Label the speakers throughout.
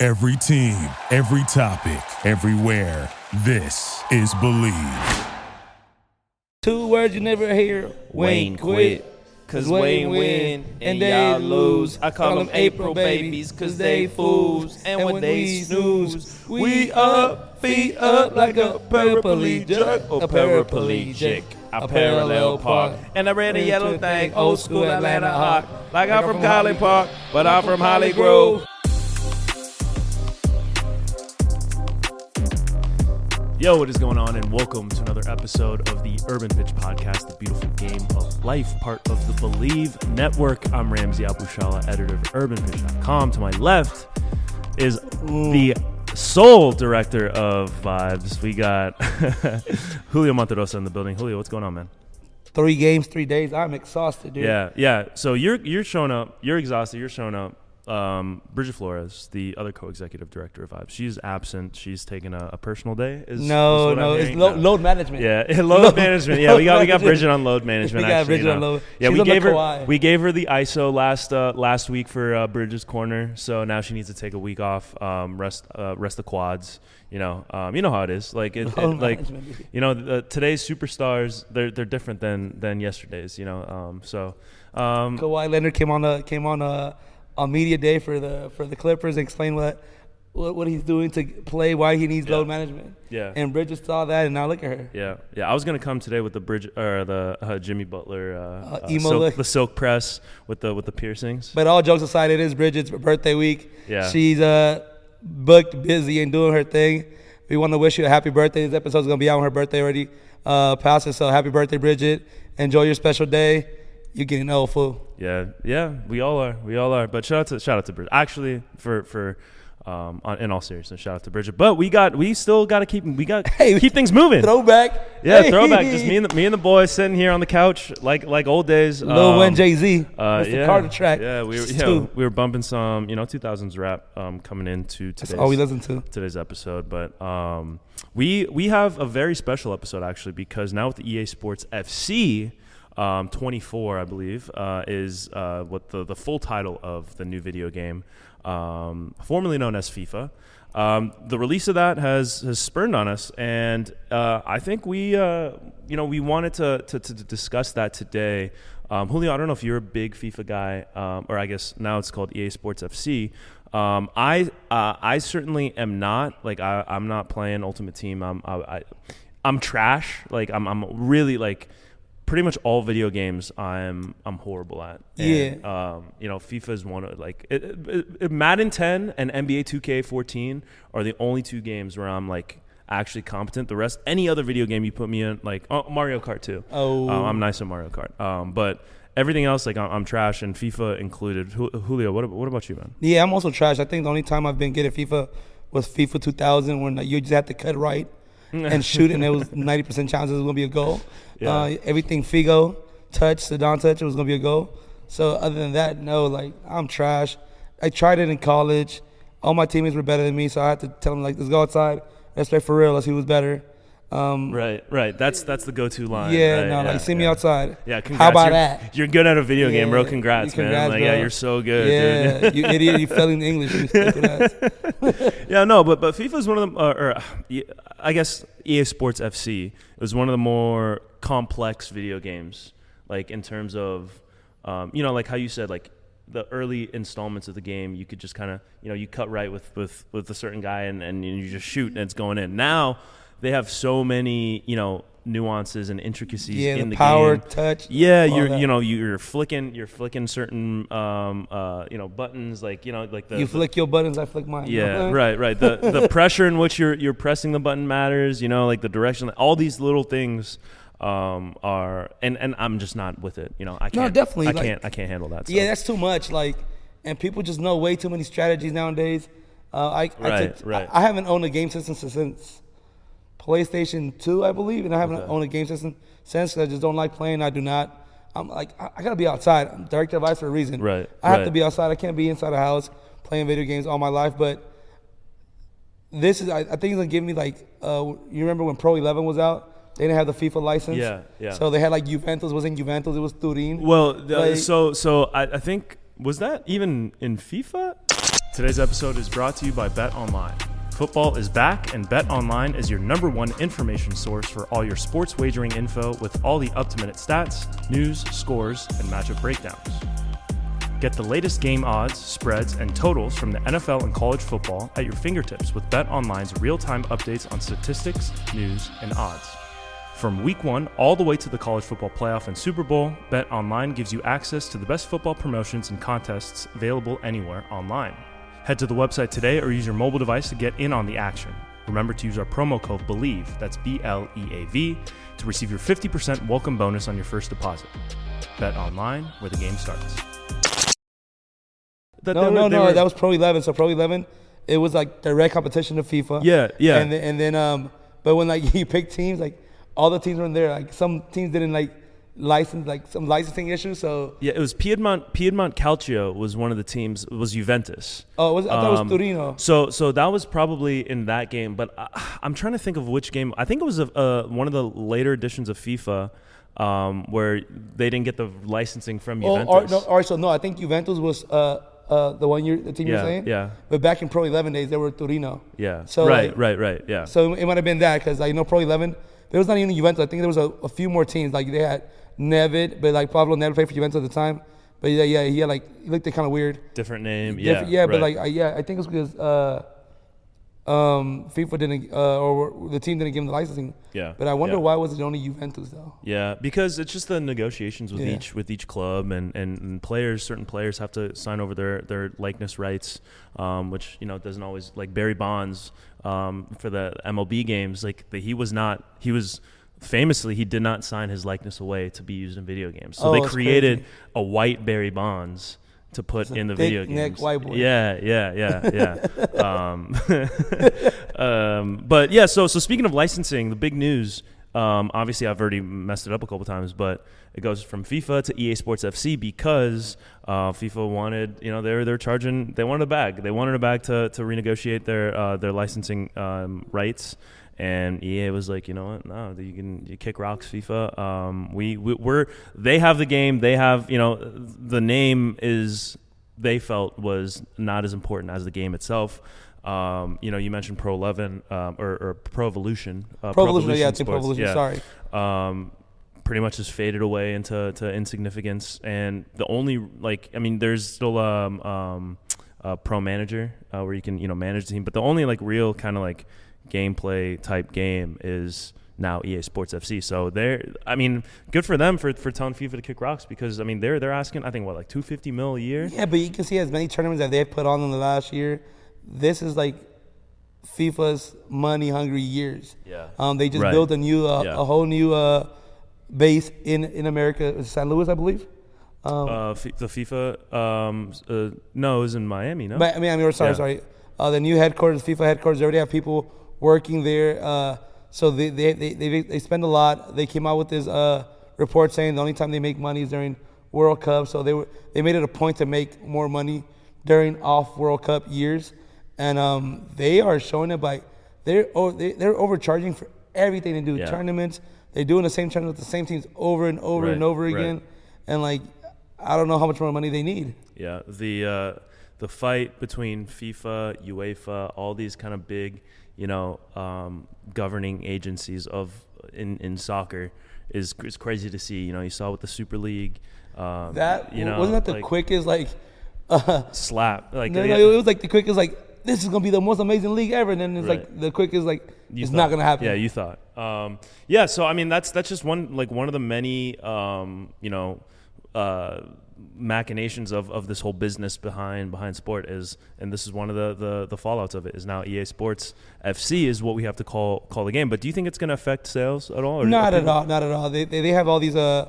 Speaker 1: Every team, every topic, everywhere. This is Believe.
Speaker 2: Two words you never hear. Wayne quit. Cause Wayne win and they lose. I call them April babies cause they fools. And when they snooze, we up, feet up like a paraplegic. Or paraplegic. I parallel park. And I ran a yellow thing, old school Atlanta hawk. Like I'm from Collin Park, but I'm from Holly Grove.
Speaker 3: Yo, what is going on? And welcome to another episode of the Urban Pitch Podcast, the beautiful game of life, part of the Believe Network. I'm Ramsey Abushala, editor of UrbanPitch.com. To my left is the sole director of vibes. We got Julio Monterosa in the building. Julio, what's going on, man?
Speaker 2: Three games, three days. I'm exhausted, dude.
Speaker 3: Yeah, yeah. So you're you're showing up. You're exhausted. You're showing up. Um, Bridget Flores, the other co-executive director of Vibes, she's absent. She's taking a, a personal day. Is,
Speaker 2: No,
Speaker 3: is what I'm
Speaker 2: no, it's
Speaker 3: hearing?
Speaker 2: lo-
Speaker 3: No.
Speaker 2: load management.
Speaker 3: Yeah, load management. Yeah, we got we got Bridget on load management.
Speaker 2: We got
Speaker 3: actually,
Speaker 2: Bridget on
Speaker 3: no.
Speaker 2: load-
Speaker 3: Yeah,
Speaker 2: she's
Speaker 3: we
Speaker 2: on the
Speaker 3: gave her
Speaker 2: Kawhi.
Speaker 3: we gave her the ISO last uh, last week for uh, Bridget's corner, so now she needs to take a week off, um, rest uh, rest the quads. You know, um, you know how it is. Like it, it-
Speaker 2: Load
Speaker 3: like
Speaker 2: management.
Speaker 3: you know the, today's superstars they're they're different than than yesterday's. You know, um, so um,
Speaker 2: Kawhi Leonard came on a came on a, on media day for the for the Clippers and explained what what, what he's doing to play, why he needs load management.
Speaker 3: Yeah.
Speaker 2: And Bridges saw that, and now look at her.
Speaker 3: Yeah, yeah. I was gonna come today with the bridge or the uh, Jimmy Butler uh, uh,
Speaker 2: emo
Speaker 3: silk,
Speaker 2: look.
Speaker 3: the silk press with the with the piercings.
Speaker 2: But all jokes aside, it is Bridget's birthday week.
Speaker 3: Yeah.
Speaker 2: She's uh booked, busy, and doing her thing. We want to wish you a happy birthday. This episode's gonna be out on her birthday already. Uh, passed it, so happy birthday, Bridget. Enjoy your special day. You're getting old, fool.
Speaker 3: Yeah, yeah, we all are, we all are. But shout out to shout out to Bridget. Actually, for for um, on, in all seriousness, shout out to Bridget. But we got we still got to keep we got
Speaker 2: Hey,
Speaker 3: keep things moving.
Speaker 2: Throwback.
Speaker 3: yeah,
Speaker 2: Hey.
Speaker 3: throwback. Just me and the, me and the boys sitting here on the couch like like old days.
Speaker 2: Lil
Speaker 3: Um,
Speaker 2: Wayne, Jay Z,
Speaker 3: Uh,
Speaker 2: Mr.
Speaker 3: yeah,
Speaker 2: Carter track.
Speaker 3: Yeah, we were
Speaker 2: Just
Speaker 3: yeah,
Speaker 2: two.
Speaker 3: we were bumping some you know 2000s rap um, coming into today's
Speaker 2: all Oh, we listen to.
Speaker 3: today's episode, but um, we we have a very special episode actually because now with the EA Sports FC um, 24, I believe, uh, is uh, what the the full title of the new video game, um, formerly known as FIFA. Um, the release of that has has spurned on us, and uh, I think we uh, you know we wanted to to, to discuss that today. Um, Julio, I don't know if you're a big FIFA guy, um, or I guess now it's called EA Sports FC. Um, I uh, I certainly am not like I, I'm not playing Ultimate Team. I'm I, I, I'm trash. Like I'm I'm really like pretty much all video games I'm I'm horrible at. And, Um, you know, FIFA is one of like it, it, it- Madden 10 and NBA 2K 14 are the only two games where I'm like actually competent. The rest, any other video game you put me in, like oh, Mario Kart 2.
Speaker 2: Oh.
Speaker 3: Um, I'm nice at Mario Kart. Um, but everything else, like I'm, I'm trash, and FIFA included. Ju- Julio, what ab- what about you, man?
Speaker 2: Yeah, I'm also trash. I think the only time I've been good at FIFA was FIFA 2000 when like, you just had to cut right and shoot, and it was 90% chances it was gonna be a goal. Uh, everything Figo touch, Sedan touch, it was gonna be a goal. So other than that, no, like I'm trash. I tried it in college. All my teammates were better than me, so I had to tell them like, let's go outside. Let's play for real. Let's see who's better. Um,
Speaker 3: Right, right. That's that's the go-to line.
Speaker 2: Yeah,
Speaker 3: right,
Speaker 2: no,
Speaker 3: yeah,
Speaker 2: like see me
Speaker 3: yeah.
Speaker 2: outside.
Speaker 3: Yeah, congrats.
Speaker 2: How about
Speaker 3: you're,
Speaker 2: that?
Speaker 3: You're good at a video game, bro.
Speaker 2: Yeah,
Speaker 3: Congrats,
Speaker 2: you
Speaker 3: man.
Speaker 2: congrats,
Speaker 3: Like, yeah,
Speaker 2: bro.
Speaker 3: you're so good, dude.
Speaker 2: Yeah, you idiot. You fell in English. You stupid ass.
Speaker 3: yeah, no, but but FIFA is one of the, uh, or uh, yeah, I guess EA Sports FC is one of the more complex video games, like in terms of, um, you know, like how you said, like the early installments of the game, you could just kind of, you know, you cut right with with with a certain guy and and you just shoot and it's going in. Now they have so many, you know. Nuances and intricacies
Speaker 2: Yeah,
Speaker 3: in
Speaker 2: the
Speaker 3: the
Speaker 2: power,
Speaker 3: game.
Speaker 2: touch,
Speaker 3: Yeah,
Speaker 2: all
Speaker 3: you're
Speaker 2: that.
Speaker 3: you know you're flicking you're flicking certain um uh you know buttons like you know like the
Speaker 2: You
Speaker 3: the-
Speaker 2: flick your buttons, I flick mine.
Speaker 3: yeah, right, right. The the pressure in which you're you're pressing the button matters. You know, like the direction. All these little things um, are, and and I'm just not with it. You know, I can't.
Speaker 2: definitely,
Speaker 3: I
Speaker 2: like-
Speaker 3: can't. I can't handle that. So.
Speaker 2: Yeah, that's too much. Like, and people just know way too many strategies nowadays. Uh, I, I
Speaker 3: Right,
Speaker 2: took-
Speaker 3: right.
Speaker 2: I, I haven't owned a game system since, since PlayStation 2, I believe, and I haven't owned a game system since 'cause I just don't like playing. I do not. I'm like, I, I gotta be outside. I'm direct advice for a reason.
Speaker 3: Right,
Speaker 2: I have
Speaker 3: right.
Speaker 2: to be outside. I can't be inside a house playing video games all my life. But this is, I, I think it's gonna give me like, uh, you remember when Pro 11 was out? They didn't have the FIFA license.
Speaker 3: Yeah, yeah.
Speaker 2: So they had like Juventus wasn't Juventus, it was Turin.
Speaker 3: Well, the,
Speaker 2: Like-
Speaker 3: so so I, I think was that even in FIFA? Today's episode is brought to you by Bet Online. Football is back, and Bet Online is your number one information source for all your sports wagering info with all the up to minute stats, news, scores, and matchup breakdowns. Get the latest game odds, spreads, and totals from the NFL and college football at your fingertips with Bet Online's real time updates on statistics, news, and odds. From week one all the way to the college football playoff and Super Bowl, Bet Online gives you access to the best football promotions and contests available anywhere online. Head to the website today or use your mobile device to get in on the action. Remember to use our promo code BELIEVE, that's B L E A V, to receive your 50% welcome bonus on your first deposit. Bet Online, where the game starts. That
Speaker 2: No,
Speaker 3: they
Speaker 2: no,
Speaker 3: were- they
Speaker 2: no.
Speaker 3: were-
Speaker 2: That was Pro 11. So Pro 11, it was like direct competition to FIFA.
Speaker 3: Yeah, yeah.
Speaker 2: And then, and then um, but when like you pick teams, like all the teams were in there. Like some teams didn't like license, like some licensing issues. So
Speaker 3: Yeah, it was Piedmont. Piedmont Calcio was one of the teams. It was Juventus.
Speaker 2: Oh, it was- I thought
Speaker 3: Um,
Speaker 2: it was Torino.
Speaker 3: So, so that was probably in that game. But I, I'm trying to think of which game. I think it was a, uh, one of the later editions of FIFA um, where they didn't get the licensing from
Speaker 2: oh,
Speaker 3: Juventus.
Speaker 2: or, no, or so no. I think Juventus was uh, uh, the one you the team
Speaker 3: Yeah,
Speaker 2: you're saying.
Speaker 3: yeah.
Speaker 2: But back in Pro 11 days, they were Torino.
Speaker 3: yeah.
Speaker 2: So
Speaker 3: right,
Speaker 2: like,
Speaker 3: right, right. Yeah.
Speaker 2: So it might have been that because I know Pro 11. There was not even Juventus. I think there was a, a few more teams. Like they had Nevid, but like Pablo Nevid played for Juventus at the time. But yeah, yeah, he had like he looked kind of weird.
Speaker 3: different name. Yeah.
Speaker 2: Yeah, yeah, but
Speaker 3: right.
Speaker 2: like, I, yeah, I think it's because uh, um, FIFA didn't, uh, or the team didn't give him the licensing.
Speaker 3: Yeah,
Speaker 2: But I wonder
Speaker 3: yeah.
Speaker 2: why was it only Juventus though?
Speaker 3: Yeah, because it's just the negotiations with
Speaker 2: Yeah.
Speaker 3: each with each club and, and, and players. Certain players have to sign over their, their likeness rights, um, which you know doesn't always like Barry Bonds um, for the MLB games. Like the, he was not he was famously he did not sign his likeness away to be used in video games. So
Speaker 2: Oh,
Speaker 3: they
Speaker 2: that's
Speaker 3: created
Speaker 2: crazy.
Speaker 3: a white Barry Bonds to put in the
Speaker 2: thick
Speaker 3: video
Speaker 2: neck
Speaker 3: games.
Speaker 2: white boy.
Speaker 3: Yeah, yeah, yeah, yeah. um, um, but yeah, so so speaking of licensing, the big news. Um, obviously, I've already messed it up a couple times, but it goes from FIFA to EA Sports FC because uh, FIFA wanted, you know, they're they're charging, they wanted a bag, they wanted a bag to to renegotiate their uh, their licensing um, rights, and EA was like, you know what, no, you can you kick rocks, FIFA. Um, we, we we're they have the game, they have, you know, the name is they felt was not as important as the game itself. Um, you know, you mentioned Pro Eleven um, or, or Pro Evolution. Uh,
Speaker 2: Pro Evolution, yeah, I think Pro
Speaker 3: Sports,
Speaker 2: Evolution,
Speaker 3: Sorry. Um, pretty much just faded away into to insignificance, and the only like, I mean, there's still um, um, a Pro Manager uh, where you can you know manage the team, but the only like real kind of like gameplay type game is now EA Sports FC. So they're, I mean, good for them for, for telling FIFA to kick rocks because I mean they're they're asking I think what like 250 mil a year.
Speaker 2: Yeah, but you can see as many tournaments that they've put on in the last year. This is like FIFA's money hungry years.
Speaker 3: Yeah.
Speaker 2: Um, they just
Speaker 3: Right.
Speaker 2: built a new, uh,
Speaker 3: Yeah.
Speaker 2: a whole new uh, base in in America, It's San Luis, I believe.
Speaker 3: Uh, F- the FIFA, um, s- uh, no, it was in Miami, no?
Speaker 2: But, I mean, I mean, we're sorry,
Speaker 3: Yeah.
Speaker 2: sorry. Uh, the new headquarters, FIFA headquarters, they already have people working there. Uh, so they, they, they, they, they spend a lot. They came out with this uh, report saying the only time they make money is during World Cup. So they were they made it a point to make more money during off World Cup years, and um, they are showing it by they're o- they, they're overcharging for everything they do.
Speaker 3: Yeah.
Speaker 2: Tournaments they're doing the same tournament with the same teams over and over and
Speaker 3: Right,
Speaker 2: over
Speaker 3: right.
Speaker 2: again, and like I don't know how much more money they need.
Speaker 3: yeah, the uh, the fight between FIFA, UEFA, all these kind of big, you know, um, governing agencies of in in soccer is is crazy to see. You know, you saw with the Super League. Um,
Speaker 2: That
Speaker 3: you know
Speaker 2: wasn't that the
Speaker 3: like,
Speaker 2: quickest like uh,
Speaker 3: slap. Like
Speaker 2: no,
Speaker 3: yeah,
Speaker 2: no, it was like the quickest like this is gonna be the most amazing league ever, and then it's like
Speaker 3: Right.
Speaker 2: the quickest like
Speaker 3: you
Speaker 2: it's
Speaker 3: thought.
Speaker 2: not gonna happen.
Speaker 3: Yeah, you thought. Um, yeah, so I mean, that's that's just one like one of the many um, you know uh, machinations of, of this whole business behind behind sport is, and this is one of the, the the fallouts of it is now EA Sports FC is what we have to call call the game. But do you think it's going to affect sales at all? Or
Speaker 2: not at all, not at all. They they, they have all these uh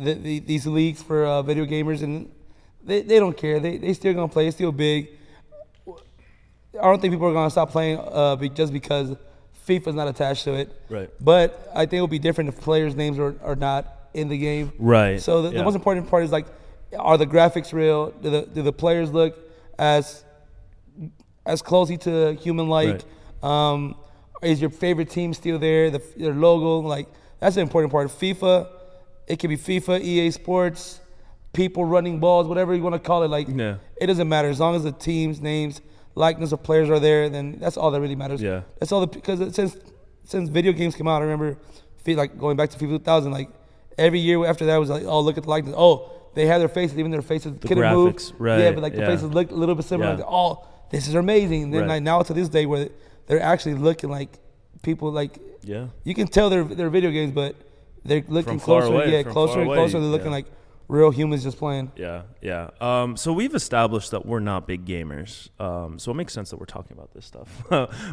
Speaker 2: the, the, these leagues for uh, video gamers, and they, they don't care. They they still gonna play. It's still big. I don't think people are going to stop playing uh, be, just because FIFA's not attached to it.
Speaker 3: Right.
Speaker 2: But I think it would be different if players' names are, are not in the game.
Speaker 3: Right,
Speaker 2: So the,
Speaker 3: yeah.
Speaker 2: the most important part is like, are the graphics real? Do the do the players look as as closely to human like? Um, is your favorite team still there? The, their logo, like that's the important part. FIFA, it could be FIFA, EA Sports, people running balls, whatever you want to call it. Like,
Speaker 3: Yeah.
Speaker 2: it doesn't matter as long as the teams, names, likeness of players are there. Then that's all that really matters.
Speaker 3: Yeah.
Speaker 2: that's all the because it- since since video games came out, I remember fe- like going back to FIFA 2000. Like every year after that was like, oh look at the likeness. Oh, they had their faces, even their faces couldn't
Speaker 3: graphics,
Speaker 2: move. Yeah,
Speaker 3: right,
Speaker 2: but like the
Speaker 3: yeah.
Speaker 2: faces looked a little bit similar.
Speaker 3: Yeah.
Speaker 2: Like, oh, this is amazing. And then
Speaker 3: Right.
Speaker 2: like now to this day where they're actually looking like people like
Speaker 3: Yeah.
Speaker 2: you can tell they're they're video games, but they're looking
Speaker 3: From far
Speaker 2: closer,
Speaker 3: away,
Speaker 2: yeah,
Speaker 3: from
Speaker 2: closer
Speaker 3: far
Speaker 2: and
Speaker 3: away,
Speaker 2: closer. They're looking
Speaker 3: yeah.
Speaker 2: like real humans just playing.
Speaker 3: Yeah, yeah. Um, so we've established that we're not big gamers. Um, so it makes sense that we're talking about this stuff.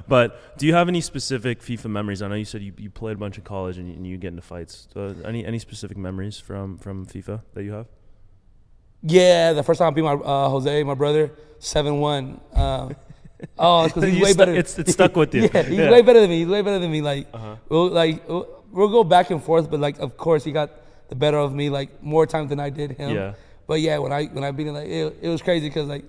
Speaker 3: but do you have any specific FIFA memories? I know you said you, you played a bunch in college and you, and you get into fights. Uh, any any specific memories from from FIFA that you have?
Speaker 2: Yeah, the first time I beat my uh, Jose, my brother, seven one. Uh, oh, it's because he's
Speaker 3: You
Speaker 2: way
Speaker 3: stu-
Speaker 2: better.
Speaker 3: it's- it stuck with you.
Speaker 2: yeah, he's
Speaker 3: Yeah. Uh-huh.
Speaker 2: way better than me. He's way better than me. Like we'll like we'll, we'll go back and forth, but like of course he got the better of me like more times than I did him.
Speaker 3: Yeah.
Speaker 2: But yeah, when I when I beat him, like it, it was crazy because like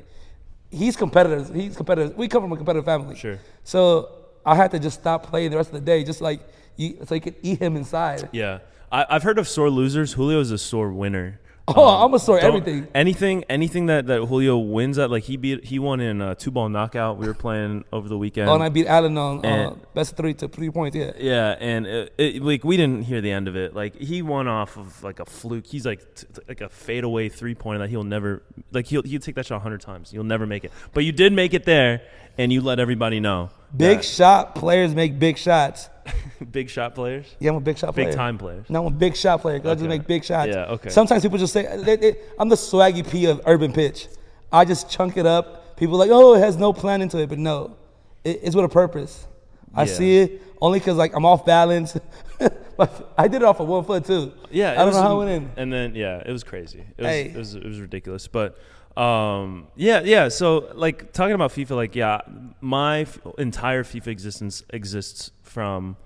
Speaker 2: he's competitive. He's competitive. We come from a competitive family.
Speaker 3: Sure.
Speaker 2: So I had to just stop playing the rest of the day, just like you, so you could eat him inside.
Speaker 3: Yeah, I, I've heard of sore losers. Julio's a sore winner.
Speaker 2: Oh, I'm a sore
Speaker 3: Don't-
Speaker 2: everything.
Speaker 3: Anything, anything that, that Julio wins at, like he beat, he won in a two ball knockout. We were playing over the weekend.
Speaker 2: Oh, and I beat Allen on uh,
Speaker 3: and-
Speaker 2: best three to three points. Yeah.
Speaker 3: Yeah, and it, it, like we didn't hear the end of it. Like he won off of like a fluke. He's like t- t- like a fadeaway three pointer that he'll never like he'll he'll take that shot hundred times. You'll never make it. But you did make it there, and you let everybody know.
Speaker 2: Big shot players make big shots.
Speaker 3: Big shot players.
Speaker 2: Yeah, I'm a big shot
Speaker 3: Big
Speaker 2: player.
Speaker 3: time players.
Speaker 2: No, I'm a big shot player. 'cause I just
Speaker 3: Okay.
Speaker 2: make big shots.
Speaker 3: Yeah, okay.
Speaker 2: Sometimes people just say, they, they, I'm the swaggy P of urban pitch. I just chunk it up. People like, oh, it has no plan into it, but no, it, it's with a purpose. I
Speaker 3: Yeah.
Speaker 2: see it only because like I'm off balance. but I did it off of one foot too.
Speaker 3: Yeah,
Speaker 2: I
Speaker 3: it
Speaker 2: don't
Speaker 3: was-
Speaker 2: know how it went in.
Speaker 3: And then yeah, it was crazy. It was,
Speaker 2: Hey.
Speaker 3: it was it was ridiculous. But um, yeah, yeah. So like talking about FIFA, like yeah, my f- entire FIFA existence exists from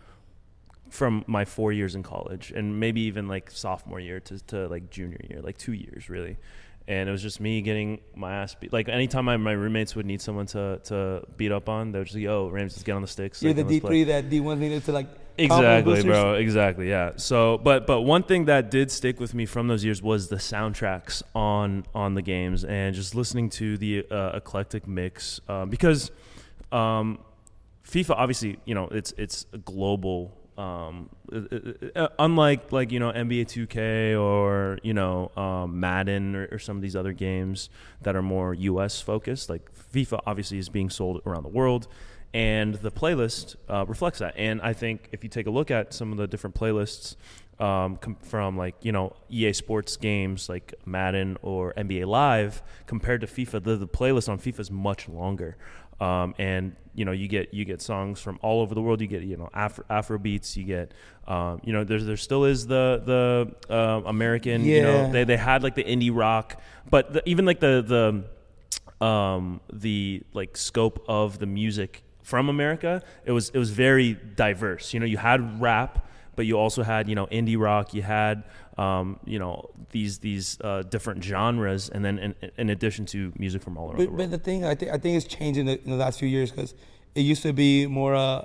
Speaker 3: from my four years in college and maybe even like sophomore year to, to like junior year, like two years really. And it was just me getting my ass beat. Like anytime my, my roommates would need someone to, to beat up on, they would just yo, Rams, let's get on the sticks.
Speaker 2: You're
Speaker 3: like,
Speaker 2: the
Speaker 3: let's
Speaker 2: D3
Speaker 3: play."
Speaker 2: that D1 needed to like confidence
Speaker 3: Exactly,
Speaker 2: boosters.
Speaker 3: bro. Exactly, yeah. So, but but one thing that did stick with me from those years was the soundtracks on on the games and just listening to the uh, eclectic mix uh, because um, FIFA obviously you know it's it's a global. Um, it- it- it- unlike like you know NBA 2K or you know um, Madden or, or some of these other games that are more US focused, like FIFA obviously is being sold around the world, and the playlist uh, reflects that. And I think if you take a look at some of the different playlists um, com- from like you know EA Sports games like Madden or NBA Live compared to FIFA, the, the playlist on FIFA is much longer. Um, and you know you get you get songs from all over the world. You get you know Afro, Afro beats. You get um, you know there's there still is the the uh, American you know
Speaker 2: Yeah.
Speaker 3: they they had like the indie rock, but the, even like the the um, the like scope of the music from America, it was it was very diverse. You know, you had rap, but you also had you know indie rock. You had um, you know these these uh, different genres, and then in, in addition to music from all around the
Speaker 2: But, but
Speaker 3: world.
Speaker 2: the thing I think I think it's changed in the, in the last few years because it used to be more uh,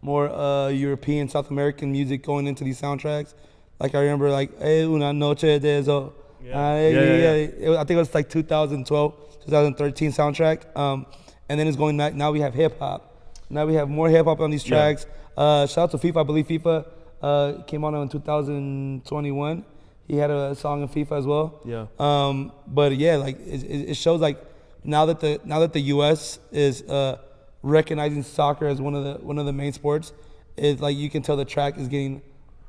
Speaker 2: more uh, European South American music going into these soundtracks. Like I remember like "Hey, una noche de eso." Ah, Yeah.
Speaker 3: Yeah,
Speaker 2: yeah,
Speaker 3: yeah, yeah.
Speaker 2: It was- I think it was like 2012, 2013 soundtrack. Um, and then it's going back. Now we have hip hop. Now we have more hip hop on these
Speaker 3: Yeah.
Speaker 2: tracks. Uh, shout out to FIFA. I believe FIFA uh, came out in 2021. He had a song in FIFA as well.
Speaker 3: Yeah.
Speaker 2: Um, but yeah, like it, it it shows like now that the now that the U.S. is uh, recognizing soccer as one of the one of the main sports, is like you can tell the track is getting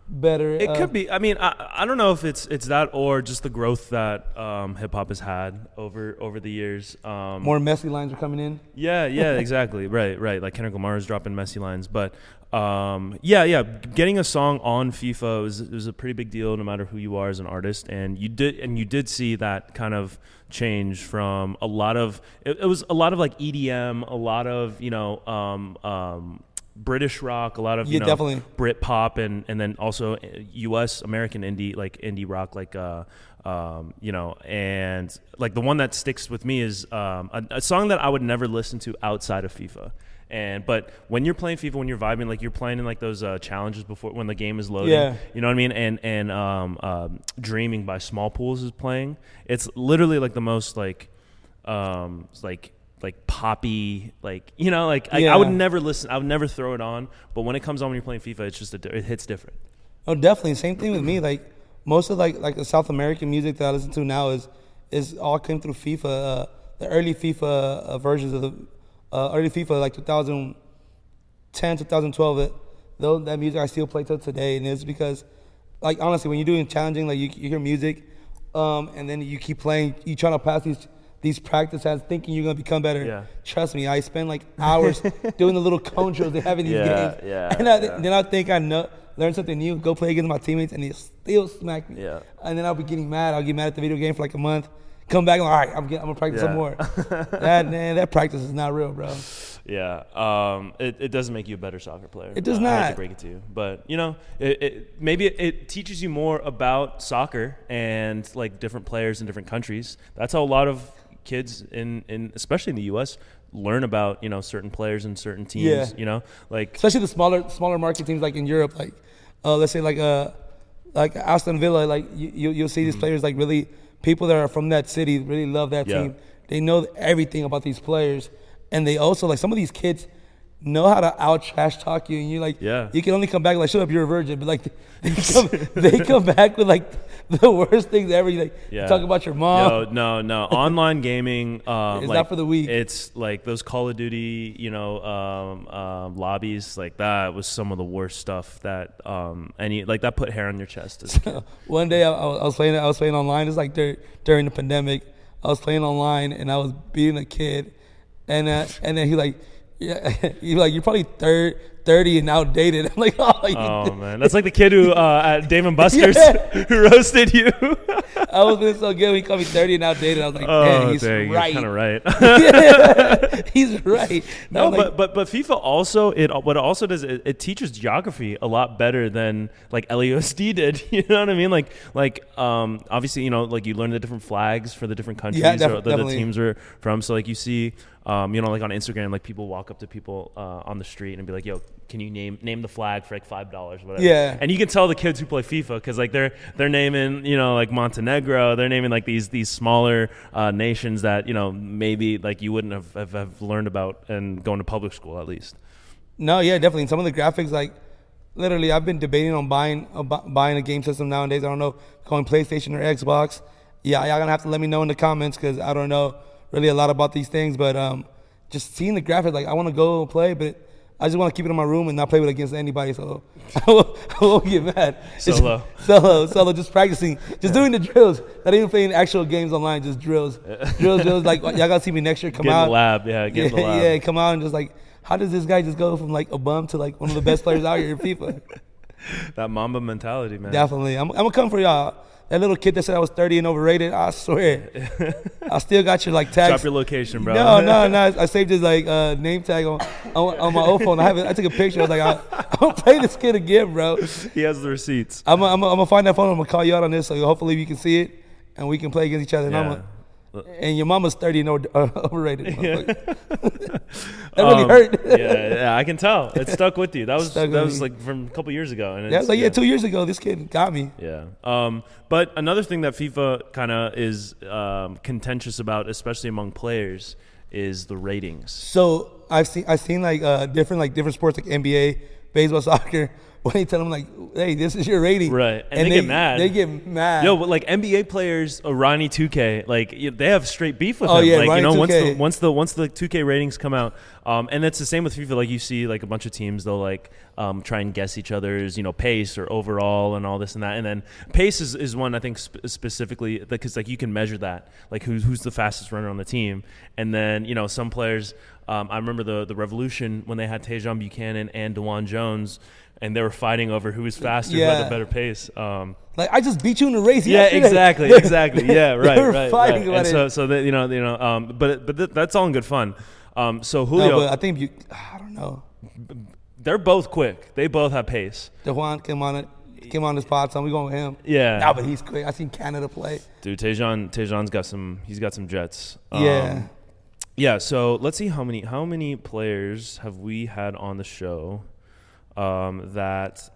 Speaker 2: better.
Speaker 3: It
Speaker 2: uh,
Speaker 3: could be. I mean, I, I don't know if it's it's that or just the growth that um, hip hop has had over over the years. Um,
Speaker 2: more messy lines are coming in.
Speaker 3: Yeah, yeah, exactly. right, right. Like Kendrick Lamar's dropping messy lines, but um, yeah, yeah. Getting a song on FIFA was was a pretty big deal, no matter who you are as an artist. And you did, and you did see that kind of change from a lot of it, it was a lot of like EDM, a lot of you know. Um, um, British rock, a lot of you
Speaker 2: Yeah,
Speaker 3: know
Speaker 2: definitely.
Speaker 3: Brit pop, and and then also uh, U.S. American indie like indie rock, like uh, um, you know, and like the one that sticks with me is um, a, a song that I would never listen to outside of FIFA. And but when you're playing FIFA, when you're vibing, like you're playing in like those uh, challenges before when the game is loaded,
Speaker 2: Yeah.
Speaker 3: you know what I mean. And and um, um, dreaming by Small Pools is playing. It's literally like the most like um, it's like like poppy like you know like I, I would
Speaker 2: Yeah.
Speaker 3: never listen. I would never throw it on. But when it comes on when you're playing FIFA, it's just a, di- it hits different.
Speaker 2: Oh, definitely. Same thing with me. Like most of like like the South American music that I listen to now is is all came through FIFA. Uh, the early FIFA uh, versions of the uh, early FIFA, like 2010, 2012. It, though that music I still play till today, and it's because like honestly, when you're doing challenging, like you, you hear music, um, and then you keep playing, you trying to pass these. These practice ads, thinking you're gonna become better.
Speaker 3: Yeah.
Speaker 2: Trust me, I spend like hours doing the little cone drills they have in these
Speaker 3: Yeah,
Speaker 2: games.
Speaker 3: yeah,
Speaker 2: And I,
Speaker 3: yeah.
Speaker 2: then I think I know, learn something new, go play against my teammates, and they still smack me.
Speaker 3: Yeah.
Speaker 2: And then I'll be getting mad. I'll get mad at the video game for like a month. Come back, I'm like, all right, I'm, get, I'm gonna practice some
Speaker 3: Yeah.
Speaker 2: more. that man, that practice is not real, bro.
Speaker 3: Yeah, um, it, it doesn't make you a better soccer player.
Speaker 2: It does
Speaker 3: I hate
Speaker 2: not.
Speaker 3: to break it to you, but you know, it, it, maybe it, it teaches you more about soccer and like different players in different countries. That's how a lot of kids in, in especially in the U.S. learn about you know certain players and certain teams.
Speaker 2: Yeah.
Speaker 3: You know, like
Speaker 2: Especially the smaller, smaller market teams like in Europe, like uh, let's say like uh, like Aston Villa, like you, you you'll see these
Speaker 3: Mm-hmm.
Speaker 2: players like really people that are from that city really love that
Speaker 3: Yeah.
Speaker 2: team. They know everything about these players, and they also like some of these kids. Know how to out trash talk you, and you like,
Speaker 3: Yeah.
Speaker 2: you can only come back like, shut up, you're a virgin. But like, they come, they come back with like the worst things ever. You like,
Speaker 3: Yeah.
Speaker 2: talk about your mom.
Speaker 3: No, no, no. Online gaming. Um,
Speaker 2: It's
Speaker 3: like,
Speaker 2: not for the weak.
Speaker 3: It's like those Call of Duty, you know, um, um, lobbies like that was some of the worst stuff that um, any like that put hair on your chest. As a kid.
Speaker 2: One day I, I was I was playing I was playing online. It's like dur- during the pandemic, I was playing online and I was being a kid, and uh, and then he like, yeah, he like you're probably third, thirty and outdated. I'm like, oh, you
Speaker 3: oh
Speaker 2: did-
Speaker 3: man, that's like the kid who uh, at Dave and Buster's
Speaker 2: Yeah.
Speaker 3: who roasted you.
Speaker 2: I was doing so good. when He called me thirty and outdated. I was like, man,
Speaker 3: oh,
Speaker 2: he's
Speaker 3: dang,
Speaker 2: right.
Speaker 3: you're kind of
Speaker 2: right.
Speaker 3: right.
Speaker 2: he's right.
Speaker 3: No,
Speaker 2: I'm like,
Speaker 3: but, but but FIFA also it what it also does it, it teaches geography a lot better than like LAOSD did. You know what I mean? Like like um obviously you know like you learn the different flags for the different countries
Speaker 2: Yeah, def-
Speaker 3: or that the
Speaker 2: definitely.
Speaker 3: teams are from. So like you see um you know like on Instagram like people walk up to people uh, on the street and be like yo can you name name the flag for like five dollars whatever
Speaker 2: Yeah.
Speaker 3: and you can tell the kids who play FIFA because like they're they're naming you know like Montenegro, they're naming like these these smaller uh, nations that you know maybe like you wouldn't have, have have learned about and going to public school at least.
Speaker 2: No, yeah, definitely. Some of the graphics, like literally, I've been debating on buying uh, bu- buying a game system nowadays. I don't know, going PlayStation or Xbox. Yeah, y'all gonna have to let me know in the comments because I don't know really a lot about these things. But um, just seeing the graphics, like I want to go play, but I just want to keep it in my room and not play with it against anybody. So I won't, I won't get mad. It's just-
Speaker 3: Solo.
Speaker 2: solo, solo, just practicing, just doing the drills. Not even playing actual games online, just drills, drills, drills. Like y'all gotta see me next year. Come
Speaker 3: Get in
Speaker 2: out
Speaker 3: the lab, yeah, get
Speaker 2: yeah,
Speaker 3: in the lab.
Speaker 2: yeah, come out and just like, how does this guy just go from like a bum to like one of the best players out here in FIFA?
Speaker 3: That Mamba mentality, man.
Speaker 2: Definitely. I'm, I'm gonna come for y'all. That little kid that said I was 30 and overrated, I swear. I still got your like
Speaker 3: Drop
Speaker 2: tags.
Speaker 3: your location, bro.
Speaker 2: No, no, no. I saved his like uh, name tag on, on on my old phone. I have it. I took a picture. I was like, I, I'm gonna play this kid again, bro.
Speaker 3: he has the receipts.
Speaker 2: I'm gonna I'm gonna- I'm gonna find that phone. I'm gonna call you out on this. So hopefully you can see it and we can play against each other. And, I'm
Speaker 3: Yeah.
Speaker 2: gonna- and your mama's 30 and over, uh, overrated. motherfucker. that really
Speaker 3: Um,
Speaker 2: hurt.
Speaker 3: yeah, yeah, I can tell. It stuck with you. That was
Speaker 2: Stuck
Speaker 3: that
Speaker 2: with
Speaker 3: was
Speaker 2: me.
Speaker 3: like from a couple years ago. And
Speaker 2: Yeah, I
Speaker 3: it's-
Speaker 2: was like, yeah, two years ago, this kid got me.
Speaker 3: Yeah. Um, but another thing that FIFA kind of is um, contentious about, especially among players, is the ratings.
Speaker 2: So I've seen I've seen like uh, different like different sports like NBA baseball, soccer. When they tell them like, "Hey, this is your rating,"
Speaker 3: Right. And they get mad.
Speaker 2: They get mad.
Speaker 3: Yo, but like NBA players, uh, Ronnie 2K, like you- they have straight beef with
Speaker 2: Oh,
Speaker 3: him.
Speaker 2: yeah,
Speaker 3: like
Speaker 2: Ronnie
Speaker 3: you know, once
Speaker 2: 2K.
Speaker 3: the once the once the 2K ratings come out, um, and that's the same with FIFA. Like you see, like a bunch of teams, they'll like um, try and guess each other's, you know, pace or overall and all this and that. And then pace is, is one I think sp- specifically because like you can measure that, like who's who's the fastest runner on the team. And then you know some players. Um, I remember the the Revolution when they had Tejon Buchanan and Dewan Jones. And they were fighting over who was faster, who had
Speaker 2: Yeah.
Speaker 3: the better pace. Um,
Speaker 2: like I just beat you in the race.
Speaker 3: yeah,
Speaker 2: yesterday."
Speaker 3: exactly,
Speaker 2: They-
Speaker 3: exactly. Yeah,
Speaker 2: they
Speaker 3: right,
Speaker 2: were
Speaker 3: right.
Speaker 2: fighting
Speaker 3: right.
Speaker 2: about
Speaker 3: and
Speaker 2: it.
Speaker 3: so, so that you know, you know, um, but but th- that's all in good fun. Um, so Julio,
Speaker 2: No, but I think you. I don't know.
Speaker 3: they're both quick. They both have pace.
Speaker 2: DeJuan came on it. Came on this pod, so we going with him.
Speaker 3: Yeah.
Speaker 2: Nah, but he's quick. I seen Canada play.
Speaker 3: Dude, Tejon, Tejon's got some. He's got some jets. Um,
Speaker 2: yeah.
Speaker 3: yeah. So let's see how many how many players have we had on the show um, that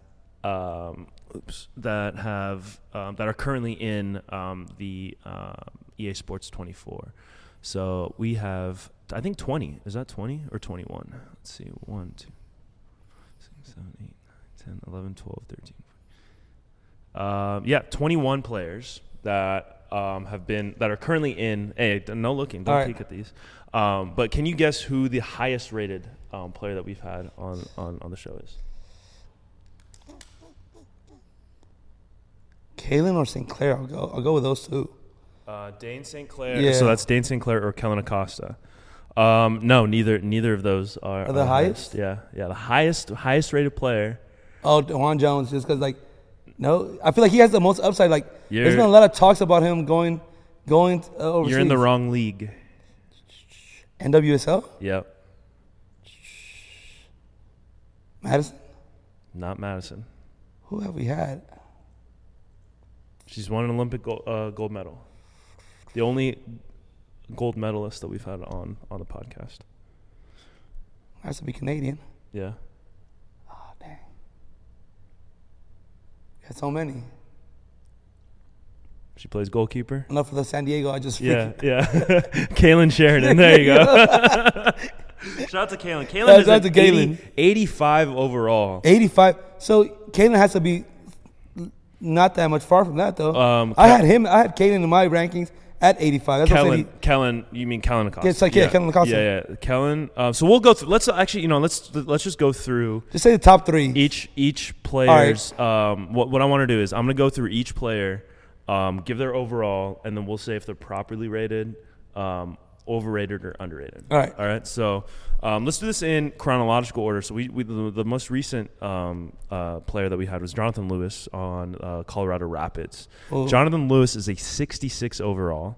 Speaker 3: um, oops, that have um, that are currently in um, the um EA Sports 24. So we have I think 20. Is that 20 or 21? Let's see. 1 two, six, seven, eight, nine, 10 11 12 13 um, yeah, 21 players that um, have been that are currently in. Hey, d- no looking, don't
Speaker 2: All right.
Speaker 3: peek at these. Um, but can you guess who the highest rated um, player that we've had on, on on the show is?
Speaker 2: Kalen or Sinclair. I'll go. I'll go with those two.
Speaker 3: Uh, Dane St. Clair.
Speaker 2: Yeah.
Speaker 3: So that's Dane St. Clair or Kellen Acosta. Um, no, neither neither of those are,
Speaker 2: Are the highest?
Speaker 3: Yeah, yeah, the highest highest rated player.
Speaker 2: Oh, Dewan Jones, just because like, no, I feel like he has the most upside. Like, there's
Speaker 3: You're-
Speaker 2: been a lot of talks about him going, going uh, overseas.
Speaker 3: You're in the wrong league.
Speaker 2: NWSL,
Speaker 3: Yep,
Speaker 2: Madison.
Speaker 3: not Madison.
Speaker 2: Who have we had?
Speaker 3: She's won an Olympic gold, uh, gold medal. The only gold medalist that we've had on on the podcast.
Speaker 2: Has to be Canadian.
Speaker 3: Yeah.
Speaker 2: Oh dang, we had so many.
Speaker 3: She plays goalkeeper.
Speaker 2: Enough for the San Diego. I just
Speaker 3: Yeah,
Speaker 2: freaking-
Speaker 3: yeah. Kaylin Sheridan. There you go. Shout out to Kaylin. Kaylin
Speaker 2: Shout
Speaker 3: is
Speaker 2: out
Speaker 3: at
Speaker 2: to Kaylin.
Speaker 3: 80 85 overall.
Speaker 2: 85. So Kalen has to be not that much far from that though.
Speaker 3: Um,
Speaker 2: I
Speaker 3: Ke-
Speaker 2: had him. I had Kalen in my rankings at 85. That's what I'm saying.
Speaker 3: Kellen, Kellen, you mean Kellen Acosta?
Speaker 2: Yeah, it's like, yeah, Kellen Acosta.
Speaker 3: Yeah, yeah. Kellen. Uh, so we'll go through. Let's actually, you know, let's let's just go through
Speaker 2: Just say the top three.
Speaker 3: each each player's um what, what I want to do is I'm gonna go through each player, um, give their overall, and then we'll say if they're properly rated, um, overrated or underrated.
Speaker 2: All right.
Speaker 3: All right. So um, let's do this in chronological order. So we, we the, the most recent um, uh, player that we had was Jonathan Lewis on uh, Colorado Rapids. Jonathan Lewis is a 66 overall.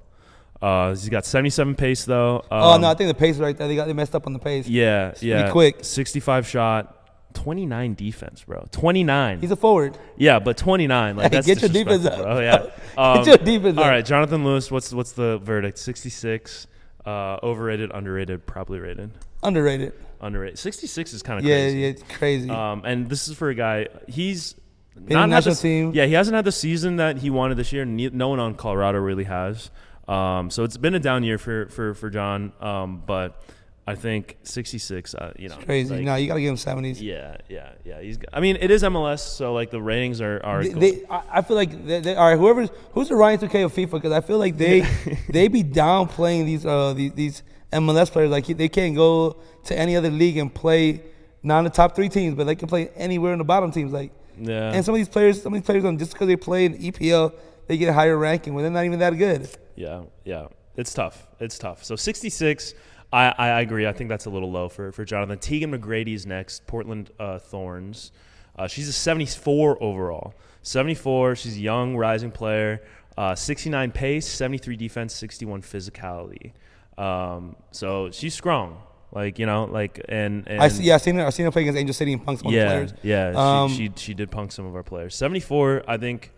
Speaker 3: Uh, he's got 77 pace though.
Speaker 2: oh
Speaker 3: Um,
Speaker 2: no, I think the pace right there. They got they messed up on the pace.
Speaker 3: yeah, yeah.
Speaker 2: quick.
Speaker 3: 65 shot, 29 defense, bro. 29.
Speaker 2: He's a forward.
Speaker 3: Yeah, but 29. Like
Speaker 2: Hey,
Speaker 3: that's
Speaker 2: get your defense up.
Speaker 3: disrespectful, bro. Yeah. Um,
Speaker 2: Get your defense
Speaker 3: All
Speaker 2: up.
Speaker 3: right, Jonathan Lewis. What's what's the verdict? 66. Uh, overrated, underrated, probably rated,
Speaker 2: Underrated.
Speaker 3: underrated. 66 is kind of
Speaker 2: Yeah,
Speaker 3: crazy.
Speaker 2: yeah, it's crazy.
Speaker 3: Um, and this is for a guy. He's
Speaker 2: in the
Speaker 3: had
Speaker 2: national
Speaker 3: the-
Speaker 2: team.
Speaker 3: Yeah, he hasn't had the season that he wanted this year. Ne- No one on Colorado really has. Um, so it's been a down year for for for John. Um, but I think 66. Uh, you know,
Speaker 2: crazy.
Speaker 3: like,
Speaker 2: no, you gotta give him seventies.
Speaker 3: yeah, yeah, yeah. He's. I mean, it is MLS, so like the ratings are are.
Speaker 2: They,
Speaker 3: go-
Speaker 2: they- I I feel like they, they, all right. Whoever's who's the Ryan 2K of FIFA because I feel like they they be downplaying these uh these, these MLS players like they can't go to any other league and play not in the top three teams, but they can play anywhere in the bottom teams. Like
Speaker 3: Yeah.
Speaker 2: and some of these players, some of these players, don't- just because they play in EPL, they get a higher ranking when they're not even that good.
Speaker 3: Yeah, yeah. It's tough. It's tough. So 66, I, I I agree. I think that's a little low for, for Jonathan. Tegan McGrady's next, Portland uh, Thorns. Uh, she's a 74 overall. 74. She's a young, rising player. Uh, 69 pace, 73 defense, 61 physicality. Um, so she's strong. Like, you know, like, and. and
Speaker 2: I see. Yeah, I seen her. I seen her play against Angel City and Punk's one of the
Speaker 3: yeah,
Speaker 2: players.
Speaker 3: Yeah, she,
Speaker 2: Um,
Speaker 3: she, she did punk some of our players. 74, I think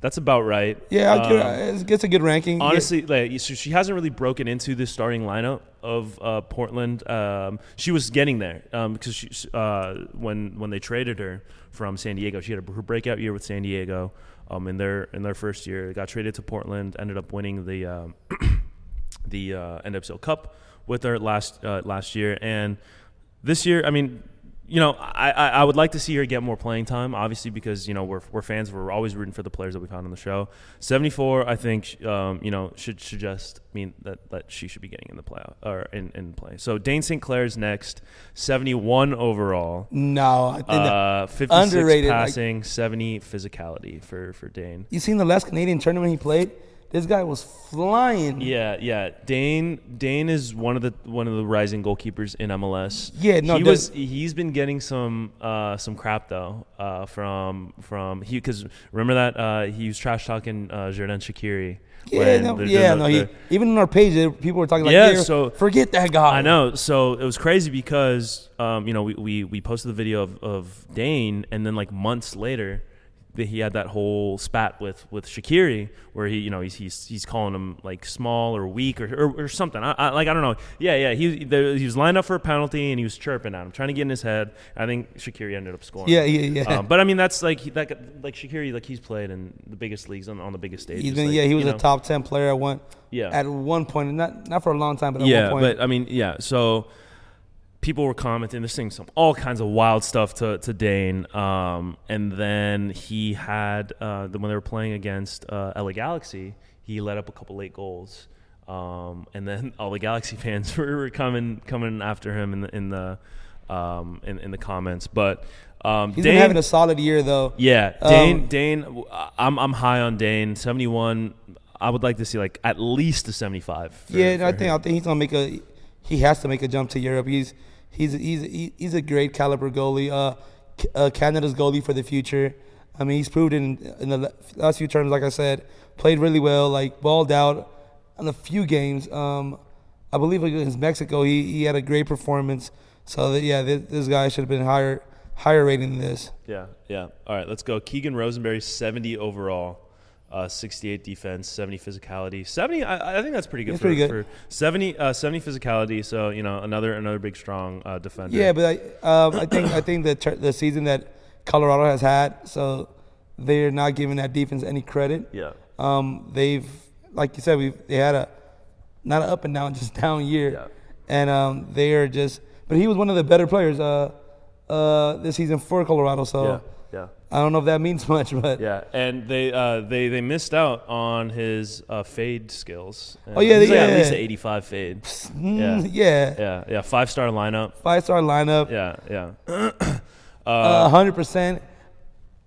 Speaker 3: that's about right.
Speaker 2: Yeah, I'll give
Speaker 3: Um,
Speaker 2: her- it's, it's a good ranking. Yeah.
Speaker 3: Honestly, like so she hasn't really broken into the starting lineup of uh, Portland. Um, she was getting there um, because she, uh, when when they traded her from San Diego, she had a, her breakout year with San Diego. Um, in their in their first year, got traded to Portland, ended up winning the um, the uh, NWSL Cup with her last uh, last year, and this year, I mean, you know, I, I, I would like to see her get more playing time, obviously, because you know we're, we're fans. We're always rooting for the players that we've had on the show. Seventy four, I think, um, you know, should suggest mean that, that she should be getting in the play or in, in play. So Dane St. Clair's next, seventy one overall,
Speaker 2: No, I think that,
Speaker 3: uh, fifty six
Speaker 2: Underrated, like-
Speaker 3: passing, seventy physicality for for Dane.
Speaker 2: you seen the last Canadian tournament he played? This guy was flying.
Speaker 3: Yeah, yeah. Dane Dane is one of the one of the rising goalkeepers in MLS.
Speaker 2: Yeah, no,
Speaker 3: he
Speaker 2: the-
Speaker 3: was. He's been getting some uh, some crap though uh, from from he because remember that uh, he was trash talking uh, Jordan Shakiri.
Speaker 2: Yeah, no, yeah, no. He, even on our page, there- people were talking like,
Speaker 3: Yeah,
Speaker 2: yeah,
Speaker 3: so-
Speaker 2: forget that guy.
Speaker 3: I know. So it was crazy because um, you know we, we, we posted the video of, of Dane, and then like months later, that he had that whole spat with with Shakiri, where he you know he's he's, he's calling him like small or weak or or, or something. I, I like I don't know. Yeah, yeah. He there, he was lined up for a penalty and he was chirping at him, trying to get in his head. I think Shakiri ended up scoring.
Speaker 2: Yeah, yeah, yeah.
Speaker 3: Um, but I mean that's like he- that guy- like Shakiri like he's played in the biggest leagues on, on the biggest stages.
Speaker 2: He's been,
Speaker 3: like,
Speaker 2: yeah, he
Speaker 3: you
Speaker 2: was a
Speaker 3: know.
Speaker 2: top ten player at one.
Speaker 3: Yeah.
Speaker 2: At one point, not not for a long time, but at
Speaker 3: yeah,
Speaker 2: one point.
Speaker 3: but I mean, yeah. So people were commenting, they're saying some all kinds of wild stuff to to Dane. Um, and then he had uh, the, when they were playing against uh, LA Galaxy, he let up a couple late goals. Um, and then all the Galaxy fans were, were coming coming after him in the in the um, in, in the comments, but. Um,
Speaker 2: he's
Speaker 3: Dane,
Speaker 2: been having a solid year though.
Speaker 3: yeah,
Speaker 2: Um,
Speaker 3: Dane. Dane, w- I'm I'm high on Dane. 71. I would like to see like at least a 75. for-
Speaker 2: yeah, and I
Speaker 3: for
Speaker 2: think I think he's gonna make a. He has to make a jump to Europe. He's he's he's he- he's a great caliber goalie. Uh, C- uh Canada's goalie for the future. I mean, he's proved in in the la- last few terms. Like I said, played really well. Like balled out on a few games. Um, I believe against Mexico, he he had a great performance. So that, yeah, this, this guy should have been higher higher rating than this.
Speaker 3: Yeah, yeah. All right, let's go. Keegan Rosenberry, 70 overall, uh, 68 defense, 70 physicality. 70, I, I think that's pretty good,
Speaker 2: That's
Speaker 3: for,
Speaker 2: pretty
Speaker 3: for
Speaker 2: good.
Speaker 3: 70, uh, 70 physicality. So you know, another another big strong uh, defender.
Speaker 2: Yeah, but I, um, I think I think the tur the season that Colorado has had, so they're not giving that defense any credit.
Speaker 3: yeah,
Speaker 2: Um, they've, like you said, we have they had a not an up and down, just down year,
Speaker 3: Yeah.
Speaker 2: and um, they are just. But he was one of the better players uh, uh, this season for Colorado, so
Speaker 3: yeah, yeah,
Speaker 2: I don't know if that means much, but
Speaker 3: yeah. And they uh, they they missed out on his uh, fade skills.
Speaker 2: Oh, yeah,
Speaker 3: He's
Speaker 2: yeah,
Speaker 3: like at
Speaker 2: yeah.
Speaker 3: least an 85 fade.
Speaker 2: mm,
Speaker 3: Yeah.
Speaker 2: yeah.
Speaker 3: Yeah, yeah. Five star lineup.
Speaker 2: five star lineup, uh,
Speaker 3: Yeah, yeah.
Speaker 2: hundred percent,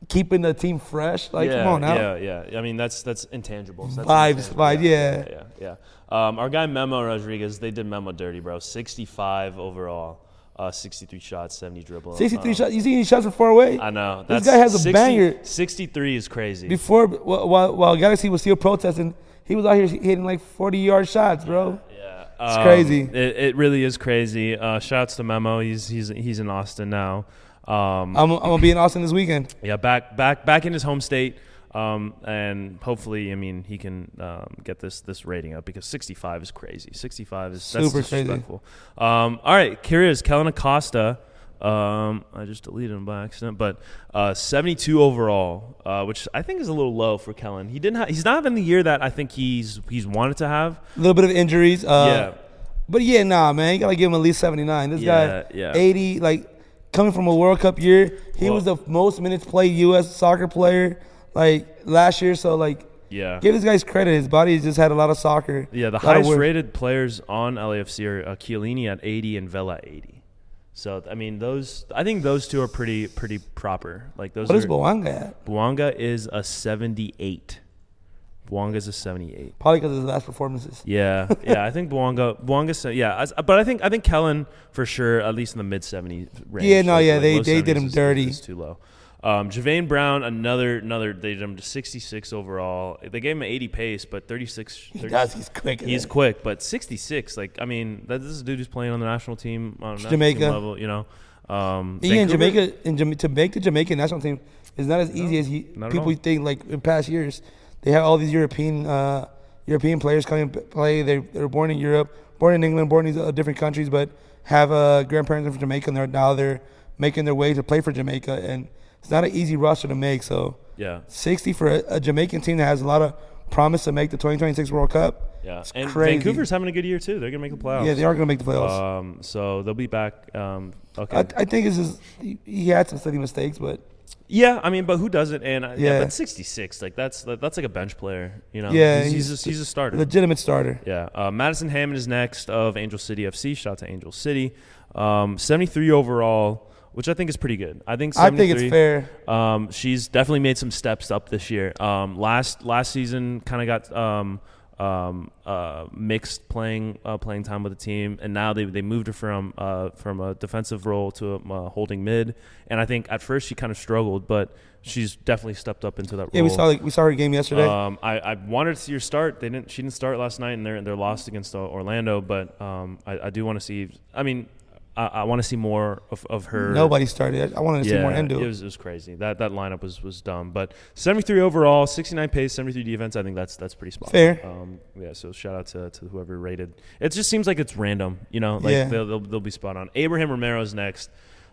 Speaker 2: keeping the team fresh. Like,
Speaker 3: yeah,
Speaker 2: come on now.
Speaker 3: Yeah, yeah. I mean, that's that's intangibles. That's
Speaker 2: Vibes,
Speaker 3: intangible.
Speaker 2: vibe,
Speaker 3: yeah,
Speaker 2: yeah.
Speaker 3: yeah. yeah, yeah. Um, our guy Memo Rodriguez, they did Memo dirty, bro. Sixty-five overall, uh, sixty-three shots, seventy dribble.
Speaker 2: 63
Speaker 3: Um,
Speaker 2: shots. You see any shots from far away?
Speaker 3: I know.
Speaker 2: This guy has a banger.
Speaker 3: Sixty-three is crazy.
Speaker 2: Before, while, while- while Galaxy was still protesting, he was out here hitting like 40 yard shots, bro.
Speaker 3: Yeah, um,
Speaker 2: It's crazy.
Speaker 3: It, it really is crazy. Uh, shouts to Memo. He's he's he's in Austin now. Um,
Speaker 2: I'm, I'm going to be in Austin this weekend.
Speaker 3: yeah, back back back in his home state. Um, and hopefully, I mean, he can um, get this this rating up because 65 is crazy. 65 is that's
Speaker 2: Super crazy.
Speaker 3: disrespectful. Um, all right, curious, Kellen Acosta. Um, I just deleted him by accident, but uh, 72 overall, uh, which I think is a little low for Kellen. He didn't. Ha- he's not having the year that I think he's he's wanted to have.
Speaker 2: A little bit of injuries. Uh,
Speaker 3: Yeah.
Speaker 2: But yeah, nah, man. You got to give him at least 79. This
Speaker 3: Yeah,
Speaker 2: guy,
Speaker 3: yeah.
Speaker 2: 80, like coming from a World Cup year, he
Speaker 3: Well-
Speaker 2: was the most minutes played U.S. soccer player like last year. So, like,
Speaker 3: Yeah.
Speaker 2: give this guy's credit. His body just had a lot of soccer.
Speaker 3: Yeah, the
Speaker 2: a lot of
Speaker 3: highest
Speaker 2: work.
Speaker 3: rated players on LAFC are uh, Chiellini at 80 and Vela 80. So I mean, those I think those two are pretty pretty proper. Like those.
Speaker 2: What
Speaker 3: are,
Speaker 2: is Boanga at?
Speaker 3: Buanga is a 78. Buanga is a 78.
Speaker 2: Probably because of his last performances.
Speaker 3: Yeah, yeah. I think Buanga, Buanga. se- Yeah, as- but I think I think Kellen for sure, at least in the mid 70s range.
Speaker 2: Yeah, no, yeah, they-
Speaker 3: low
Speaker 2: they did
Speaker 3: 70s
Speaker 2: him
Speaker 3: is-
Speaker 2: dirty.
Speaker 3: Is too low. Um, Javane Brown, another another. They did him to 66 overall. They gave him an 80 pace, but 36.
Speaker 2: He does. He's quick. as
Speaker 3: He's
Speaker 2: hell.
Speaker 3: quick, but 66. Like, I mean, that, this is a dude who's playing on the national team on a national
Speaker 2: Jamaica.
Speaker 3: team level. You know, um,
Speaker 2: Yeah, in
Speaker 3: Vancouver-
Speaker 2: Jamaica, in Jama- to make the Jamaican national team is not as easy as you,
Speaker 3: not at
Speaker 2: people
Speaker 3: all.
Speaker 2: think. Like in past years, they have all these European uh, European players coming p- play. They they're born in Europe, born in England, born in these uh, different countries, but have uh, grandparents from Jamaica, and they're, now they're making their way to play for Jamaica, and it's not an easy roster to make. So
Speaker 3: Yeah,
Speaker 2: 60 for a, a Jamaican team that has a lot of promised to make the 2026 World Cup.
Speaker 3: Yeah,
Speaker 2: It's
Speaker 3: and
Speaker 2: crazy.
Speaker 3: Vancouver's having a good year too. They're gonna make the playoffs.
Speaker 2: Yeah, they are going to make the playoffs.
Speaker 3: Um, so they'll be back. Um, okay.
Speaker 2: I, I think it's just he, he had some silly mistakes, but
Speaker 3: yeah, I mean, but who doesn't? And I, yeah.
Speaker 2: Yeah.
Speaker 3: but 66, like that's that, that's like a bench player. You know,
Speaker 2: Yeah,
Speaker 3: he's he's,
Speaker 2: he's
Speaker 3: a, he's a starter.
Speaker 2: legitimate starter.
Speaker 3: Yeah. Uh, Madison Hammond is next of Angel City FC. Shout out to Angel City. Um, 73 overall, which I think is pretty good. I think
Speaker 2: I think it's
Speaker 3: 73
Speaker 2: fair.
Speaker 3: um, she's definitely made some steps up this year. Um, last last season, kind of got um, um, uh, mixed playing uh, playing time with the team, and now they, they moved her from uh, from a defensive role to a uh, holding mid. And I think at first she kind of struggled, but she's definitely stepped up into that
Speaker 2: Yeah,
Speaker 3: role.
Speaker 2: we saw like, we saw her game yesterday.
Speaker 3: Um, I, I wanted to see her start. They didn't. She didn't start last night, and they're they're lost against uh, Orlando. But um, I, I do want to see. I mean, I, I want to see more of, of her.
Speaker 2: Nobody started. I wanted to see more him do
Speaker 3: It was, it was crazy. That that lineup was was dumb. But 73 overall, 69 pace, 73 defense. I think that's that's pretty spot. on.
Speaker 2: Fair.
Speaker 3: Um, yeah. So shout out to, to whoever rated. It just seems like it's random. You know, like
Speaker 2: Yeah.
Speaker 3: they'll, they'll they'll be spot on. Abraham Romero's next.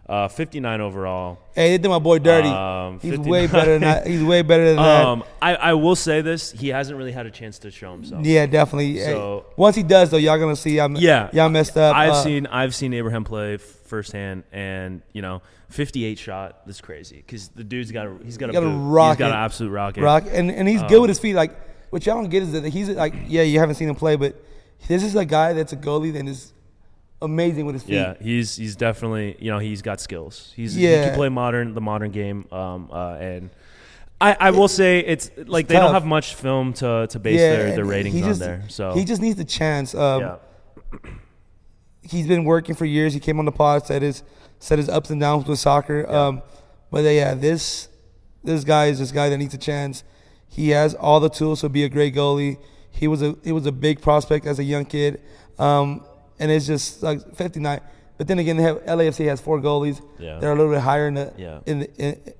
Speaker 3: Uh, 59 overall.
Speaker 2: Hey, they did my boy dirty.
Speaker 3: Um,
Speaker 2: he's
Speaker 3: 59.
Speaker 2: way better than that. He's way better than that.
Speaker 3: Um, I, I will say this. He hasn't really had a chance to show himself.
Speaker 2: yeah, definitely. Hey,
Speaker 3: so-
Speaker 2: once he does, though, y'all gonna see. I'm,
Speaker 3: Yeah,
Speaker 2: y'all messed up.
Speaker 3: I've
Speaker 2: Uh,
Speaker 3: seen I've seen Abraham play f- firsthand, and you know, 58 shot. That's crazy because the dude's got a, he's got a
Speaker 2: got a
Speaker 3: boot. He's
Speaker 2: rocket.
Speaker 3: got an absolute rocket.
Speaker 2: Rock, and and he's
Speaker 3: Um,
Speaker 2: good with his feet. Like what y'all don't get is that he's like, yeah, you haven't seen him play, but this is a guy that's a goalie that is amazing with his feet.
Speaker 3: Yeah, he's he's definitely you know he's got skills. He's he
Speaker 2: Yeah.
Speaker 3: can play modern the modern game. Um, uh, and I, I will say it's like they
Speaker 2: tough.
Speaker 3: don't have much film to to base their,
Speaker 2: and
Speaker 3: their ratings
Speaker 2: he
Speaker 3: on
Speaker 2: just,
Speaker 3: there. So
Speaker 2: he just needs the chance. Um,
Speaker 3: yeah.
Speaker 2: he's been working for years. He came on the pod, said his said his ups and downs with soccer. Um, but yeah, this this guy is this guy that needs a chance. He has all the tools to be a great goalie. He was a he was a big prospect as a young kid, um, and it's just like 59. But then again, they have LAFC has four goalies.
Speaker 3: Yeah.
Speaker 2: they're a little bit higher in the
Speaker 3: Yeah.
Speaker 2: in, the, in
Speaker 3: I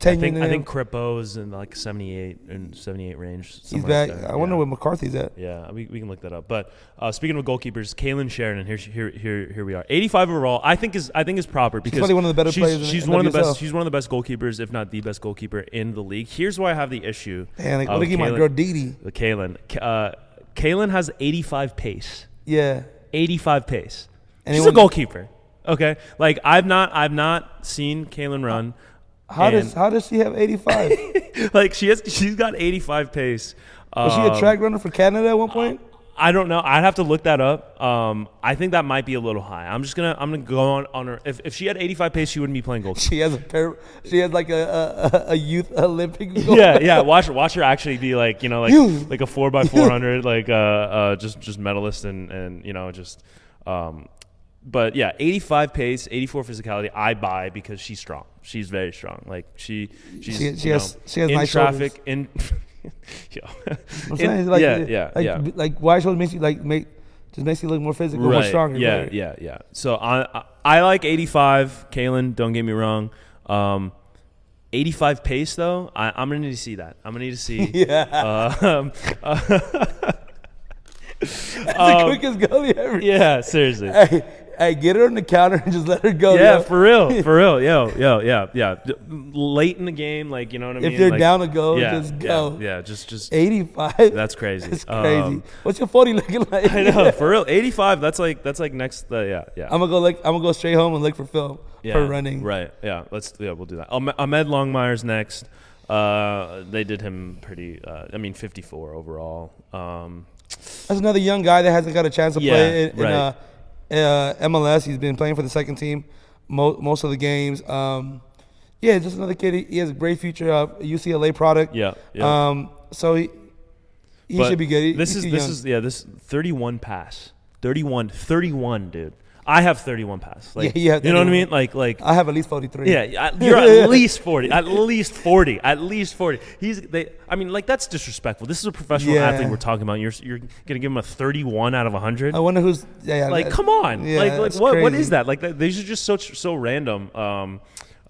Speaker 2: tenure
Speaker 3: think
Speaker 2: than
Speaker 3: I
Speaker 2: him.
Speaker 3: think Crepeau is in like 78 and 78 range.
Speaker 2: he's
Speaker 3: somewhere
Speaker 2: back.
Speaker 3: like that.
Speaker 2: I wonder
Speaker 3: Yeah.
Speaker 2: where McCarthy's at.
Speaker 3: Yeah, we, we can look that up. But uh, speaking of goalkeepers, Kaylin Sheridan, here, she- here, here, here we are. Eighty-five overall, I think is I think is proper because
Speaker 2: probably one of the better
Speaker 3: she's,
Speaker 2: players in
Speaker 3: She's
Speaker 2: the
Speaker 3: one of the
Speaker 2: NWSL.
Speaker 3: best. She's one of the best goalkeepers, if not the best goalkeeper in the league. Here's why I have the issue.
Speaker 2: And like,
Speaker 3: uh,
Speaker 2: look
Speaker 3: with
Speaker 2: at my
Speaker 3: Kaylin-
Speaker 2: girl Didi.
Speaker 3: with Kaylin. K- Uh, Kaylin has eighty-five pace.
Speaker 2: Yeah,
Speaker 3: 85 pace.
Speaker 2: And
Speaker 3: She's
Speaker 2: he
Speaker 3: a
Speaker 2: won-
Speaker 3: goalkeeper. Okay, like I've not I've not seen Kaylin run.
Speaker 2: how does
Speaker 3: And-
Speaker 2: how does she have 85? Uh.
Speaker 3: like she has she's got 85 pace.
Speaker 2: was she
Speaker 3: Um,
Speaker 2: a track runner for Canada at one point?
Speaker 3: I don't know. I'd have to look that up. Um, I think that might be a little high. I'm just gonna I'm gonna go on on her. If, if she had 85 pace, she wouldn't be playing goalkeeper.
Speaker 2: She has a pair. She has like a a, a youth Olympic. Goal.
Speaker 3: yeah, yeah. Watch her, watch her actually be like you know like
Speaker 2: You.
Speaker 3: like a four by four hundred like uh, uh just just medalist and and you know just um but yeah 85 pace 84 physicality I buy because she's strong she's very strong like she she's
Speaker 2: She- she
Speaker 3: you
Speaker 2: has-
Speaker 3: know,
Speaker 2: she has
Speaker 3: in
Speaker 2: nice
Speaker 3: traffic
Speaker 2: shoulders.
Speaker 3: in Yo.
Speaker 2: I'm
Speaker 3: In-
Speaker 2: saying, like,
Speaker 3: yeah yeah
Speaker 2: like,
Speaker 3: yeah
Speaker 2: b- Like wide shoulders makes you like make just makes you look more physical, more stronger.
Speaker 3: Yeah,
Speaker 2: right?
Speaker 3: yeah, yeah. So I, I I like 85, Kalen. Don't get me wrong. Um, 85 pace though, I, I'm gonna need to see that. I'm gonna need to see. yeah. um,
Speaker 2: The quickest goalie ever.
Speaker 3: um, yeah. Seriously.
Speaker 2: Hey, hey, get her on the counter and just let her go.
Speaker 3: Yeah,
Speaker 2: yo.
Speaker 3: for real, for real, yo, yo, yeah, yeah. D- Late in the game, like you know what I
Speaker 2: If
Speaker 3: mean.
Speaker 2: you're
Speaker 3: Like,
Speaker 2: down to go,
Speaker 3: yeah,
Speaker 2: just
Speaker 3: yeah,
Speaker 2: go.
Speaker 3: Yeah, just, just.
Speaker 2: 85.
Speaker 3: That's crazy.
Speaker 2: That's crazy.
Speaker 3: Um,
Speaker 2: What's your 40 looking like?
Speaker 3: I know, for real. 85. That's like, that's like next. Uh, yeah, yeah.
Speaker 2: I'm gonna go look. I'm gonna go straight home and look for film for running.
Speaker 3: Right. Yeah. Let's. Yeah. We'll do that. Ahmed- Ahmed Longmire's next. Uh, they did him pretty. Uh, I mean, 54 overall. Um,
Speaker 2: That's another young guy that hasn't got a chance to
Speaker 3: Yeah,
Speaker 2: play in, in,
Speaker 3: right.
Speaker 2: uh, uh, MLS. He's been playing for the second team mo- most of the games. Um, yeah, just another kid. He, he has a great future. Uh, UCLA product.
Speaker 3: Yeah, yeah.
Speaker 2: Um, so he, he
Speaker 3: but
Speaker 2: should be good. He-
Speaker 3: This
Speaker 2: he's
Speaker 3: is
Speaker 2: too
Speaker 3: this
Speaker 2: young.
Speaker 3: is yeah. This 31 pass. 31. 31, dude. I have 31 pass. Like
Speaker 2: Yeah, you have
Speaker 3: know what I
Speaker 2: 31.
Speaker 3: mean? Like like.
Speaker 2: I have at least forty three.
Speaker 3: yeah, I- you're at least forty. At least forty. At least forty. He's. They. I mean, like that's disrespectful. This is a professional
Speaker 2: Yeah.
Speaker 3: athlete we're talking about. You're. You're gonna give him a thirty-one out of hundred.
Speaker 2: I wonder who's. Yeah, yeah,
Speaker 3: like
Speaker 2: that-
Speaker 3: come on
Speaker 2: yeah,
Speaker 3: like like
Speaker 2: that's
Speaker 3: what what is
Speaker 2: crazy.
Speaker 3: that like that, these are just so so random um um,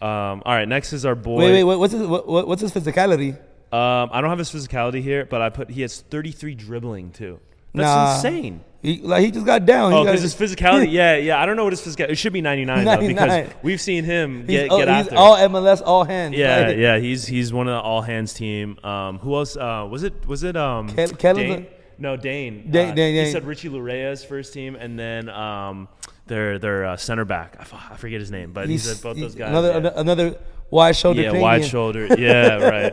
Speaker 3: all right, next is our boy.
Speaker 2: Wait, wait, what- what's his what, what- what's his physicality?
Speaker 3: Um, I don't have his physicality here, but I put he has 33 dribbling too. That's
Speaker 2: Nah.
Speaker 3: insane.
Speaker 2: He, like he just got down. He
Speaker 3: Oh,
Speaker 2: got-
Speaker 3: because his physicality. Yeah, yeah. I don't know what his physicality. It should be 99, though,
Speaker 2: 99.
Speaker 3: because we've seen him
Speaker 2: he's,
Speaker 3: get
Speaker 2: oh,
Speaker 3: get
Speaker 2: he's
Speaker 3: after.
Speaker 2: all MLS, all hands.
Speaker 3: yeah,
Speaker 2: Like,
Speaker 3: yeah. He's he's one of the all hands team. Um, who else? Uh, was it was it um
Speaker 2: Kel- Keller's
Speaker 3: Dane?
Speaker 2: a-
Speaker 3: No, Dane.
Speaker 2: Dane-
Speaker 3: Uh,
Speaker 2: Dane-
Speaker 3: He
Speaker 2: Dane.
Speaker 3: said Richie Lurea's first team, and then um their their uh, center back. I, f- I forget his name, but he said both
Speaker 2: he-
Speaker 3: those guys.
Speaker 2: Another
Speaker 3: yeah.
Speaker 2: another wide shoulder.
Speaker 3: yeah, wide
Speaker 2: Kenyan.
Speaker 3: shoulder. Yeah, right.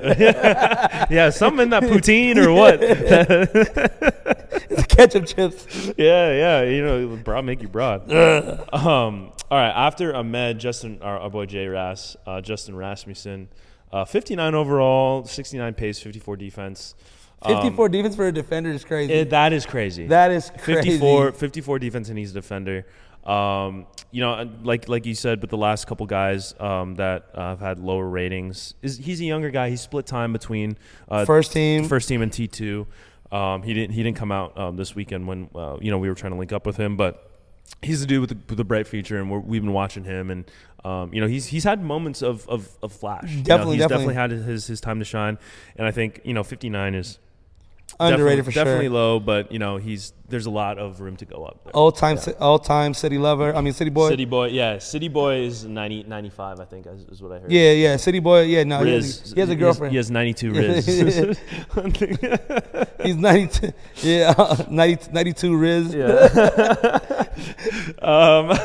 Speaker 3: yeah, something in that poutine or what?
Speaker 2: Ketchup chips.
Speaker 3: yeah, yeah. You know, broad make you broad. um, all right. After Ahmed, Justin, our, our boy Jay Rass, uh, Justin Rasmussen, uh, 59 overall, 69 pace, 54 defense. Um,
Speaker 2: 54 defense for a defender is crazy.
Speaker 3: it- that is crazy.
Speaker 2: That is crazy.
Speaker 3: 54, 54 defense, and he's a defender. Um, you know, and like like you said, but the last couple guys um, that uh, have had lower ratings is he's a younger guy. He split time between uh,
Speaker 2: First team.
Speaker 3: first team, and T two. Um, he didn't he didn't come out um, this weekend when uh, you know we were trying to link up with him, but he's the dude with the, with the bright future, and we're, we've been watching him, and um, you know he's he's had moments of of, of flash. You know,
Speaker 2: Definitely,
Speaker 3: he's
Speaker 2: definitely.
Speaker 3: had his his time to shine, and I think you know fifty nine is
Speaker 2: Underrated
Speaker 3: definitely,
Speaker 2: for
Speaker 3: definitely
Speaker 2: sure.
Speaker 3: low, but you know he's there's a lot of room to go up. There.
Speaker 2: all time, all time city lover. I mean, city Oh, boy.
Speaker 3: City boy, yeah, City boy is 90, 95, I think is, is what I heard.
Speaker 2: Yeah, yeah, city boy. Yeah, no, he has,
Speaker 3: Riz.
Speaker 2: a- he has a girlfriend.
Speaker 3: He has, ninety two Riz.
Speaker 2: He's 92. Yeah, 90, 92 Riz.
Speaker 3: um,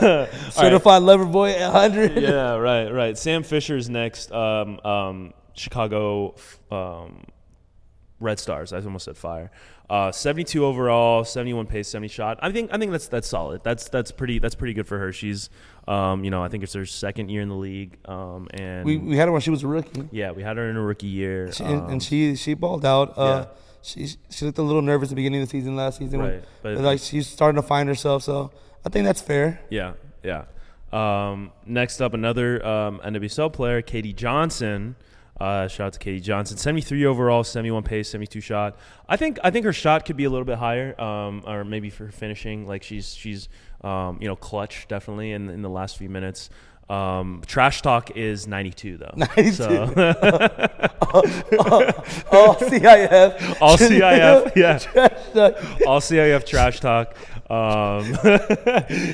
Speaker 2: Certified lover boy at 100.
Speaker 3: yeah, right, right. Sam Fisher's next. Um, um, Chicago um, Red Stars. I almost said Fire. Uh, seventy-two overall, seventy-one pace, seventy shot. I think I think that's that's solid. That's that's pretty that's pretty good for her. She's, um, you know, I think it's her second year in the league. Um, and
Speaker 2: We, we had her when she was a rookie.
Speaker 3: yeah, we had her in her rookie year.
Speaker 2: She,
Speaker 3: um,
Speaker 2: and, and she she balled out. Uh,
Speaker 3: yeah.
Speaker 2: she she looked a little nervous at the beginning of the season last season. when-
Speaker 3: Right, but-
Speaker 2: like she's starting to find herself. So I think that's fair.
Speaker 3: Yeah, yeah. Um, next up, another um, NWSL player, Katie Johnson. Uh, shout out to Katie Johnson, seventy-three overall, seventy-one pace, seventy-two shot. I think I think her shot could be a little bit higher, um, or maybe for finishing. Like she's she's um, you know clutch definitely in in the last few minutes. Um, trash talk is ninety-two though.
Speaker 2: 92.
Speaker 3: So,
Speaker 2: All CIF.
Speaker 3: all CIF, yeah,
Speaker 2: yeah.
Speaker 3: all CIF trash talk. Um,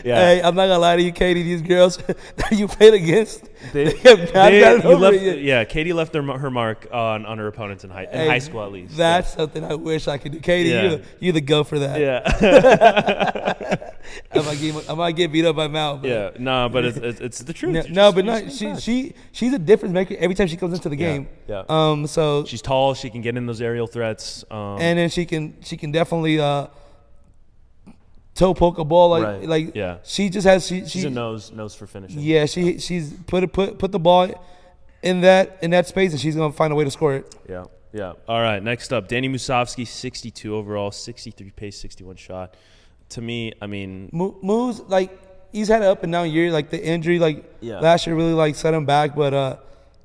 Speaker 3: yeah,
Speaker 2: Hey, I'm not gonna lie to you, Katie. These girls that you played against, they, have not
Speaker 3: They-
Speaker 2: gotten
Speaker 3: you
Speaker 2: over
Speaker 3: left-
Speaker 2: it yet.
Speaker 3: Yeah, Katie left her, her mark on, on her opponents in high, in
Speaker 2: Hey,
Speaker 3: high school at least.
Speaker 2: That's something I wish I could do, Katie.
Speaker 3: Yeah.
Speaker 2: You you the go for that.
Speaker 3: yeah,
Speaker 2: I might get I might get beat up by Mal. but-
Speaker 3: yeah. No, but it's, it's, it's the truth.
Speaker 2: No,
Speaker 3: You're
Speaker 2: no,
Speaker 3: just-
Speaker 2: but
Speaker 3: you're
Speaker 2: no,
Speaker 3: just
Speaker 2: she
Speaker 3: being
Speaker 2: she she's a difference maker every time she comes into the game.
Speaker 3: yeah.
Speaker 2: Um. So
Speaker 3: bad. she's tall. She can get in those aerial threats. Um,
Speaker 2: and then she can she can definitely uh toe poke a ball like
Speaker 3: Right.
Speaker 2: like
Speaker 3: Yeah.
Speaker 2: she just has she,
Speaker 3: she's
Speaker 2: she
Speaker 3: a nose nose for finishing.
Speaker 2: yeah she she's put it put put the ball in that in that space and she's gonna find a way to score it.
Speaker 3: yeah, yeah. All right. Next up, Danny Musovsky, sixty-two overall, sixty-three pace, sixty-one shot. To me, I mean,
Speaker 2: Mo- moves like he's had an up and down year like the injury like
Speaker 3: Yeah.
Speaker 2: last year really like set him back but uh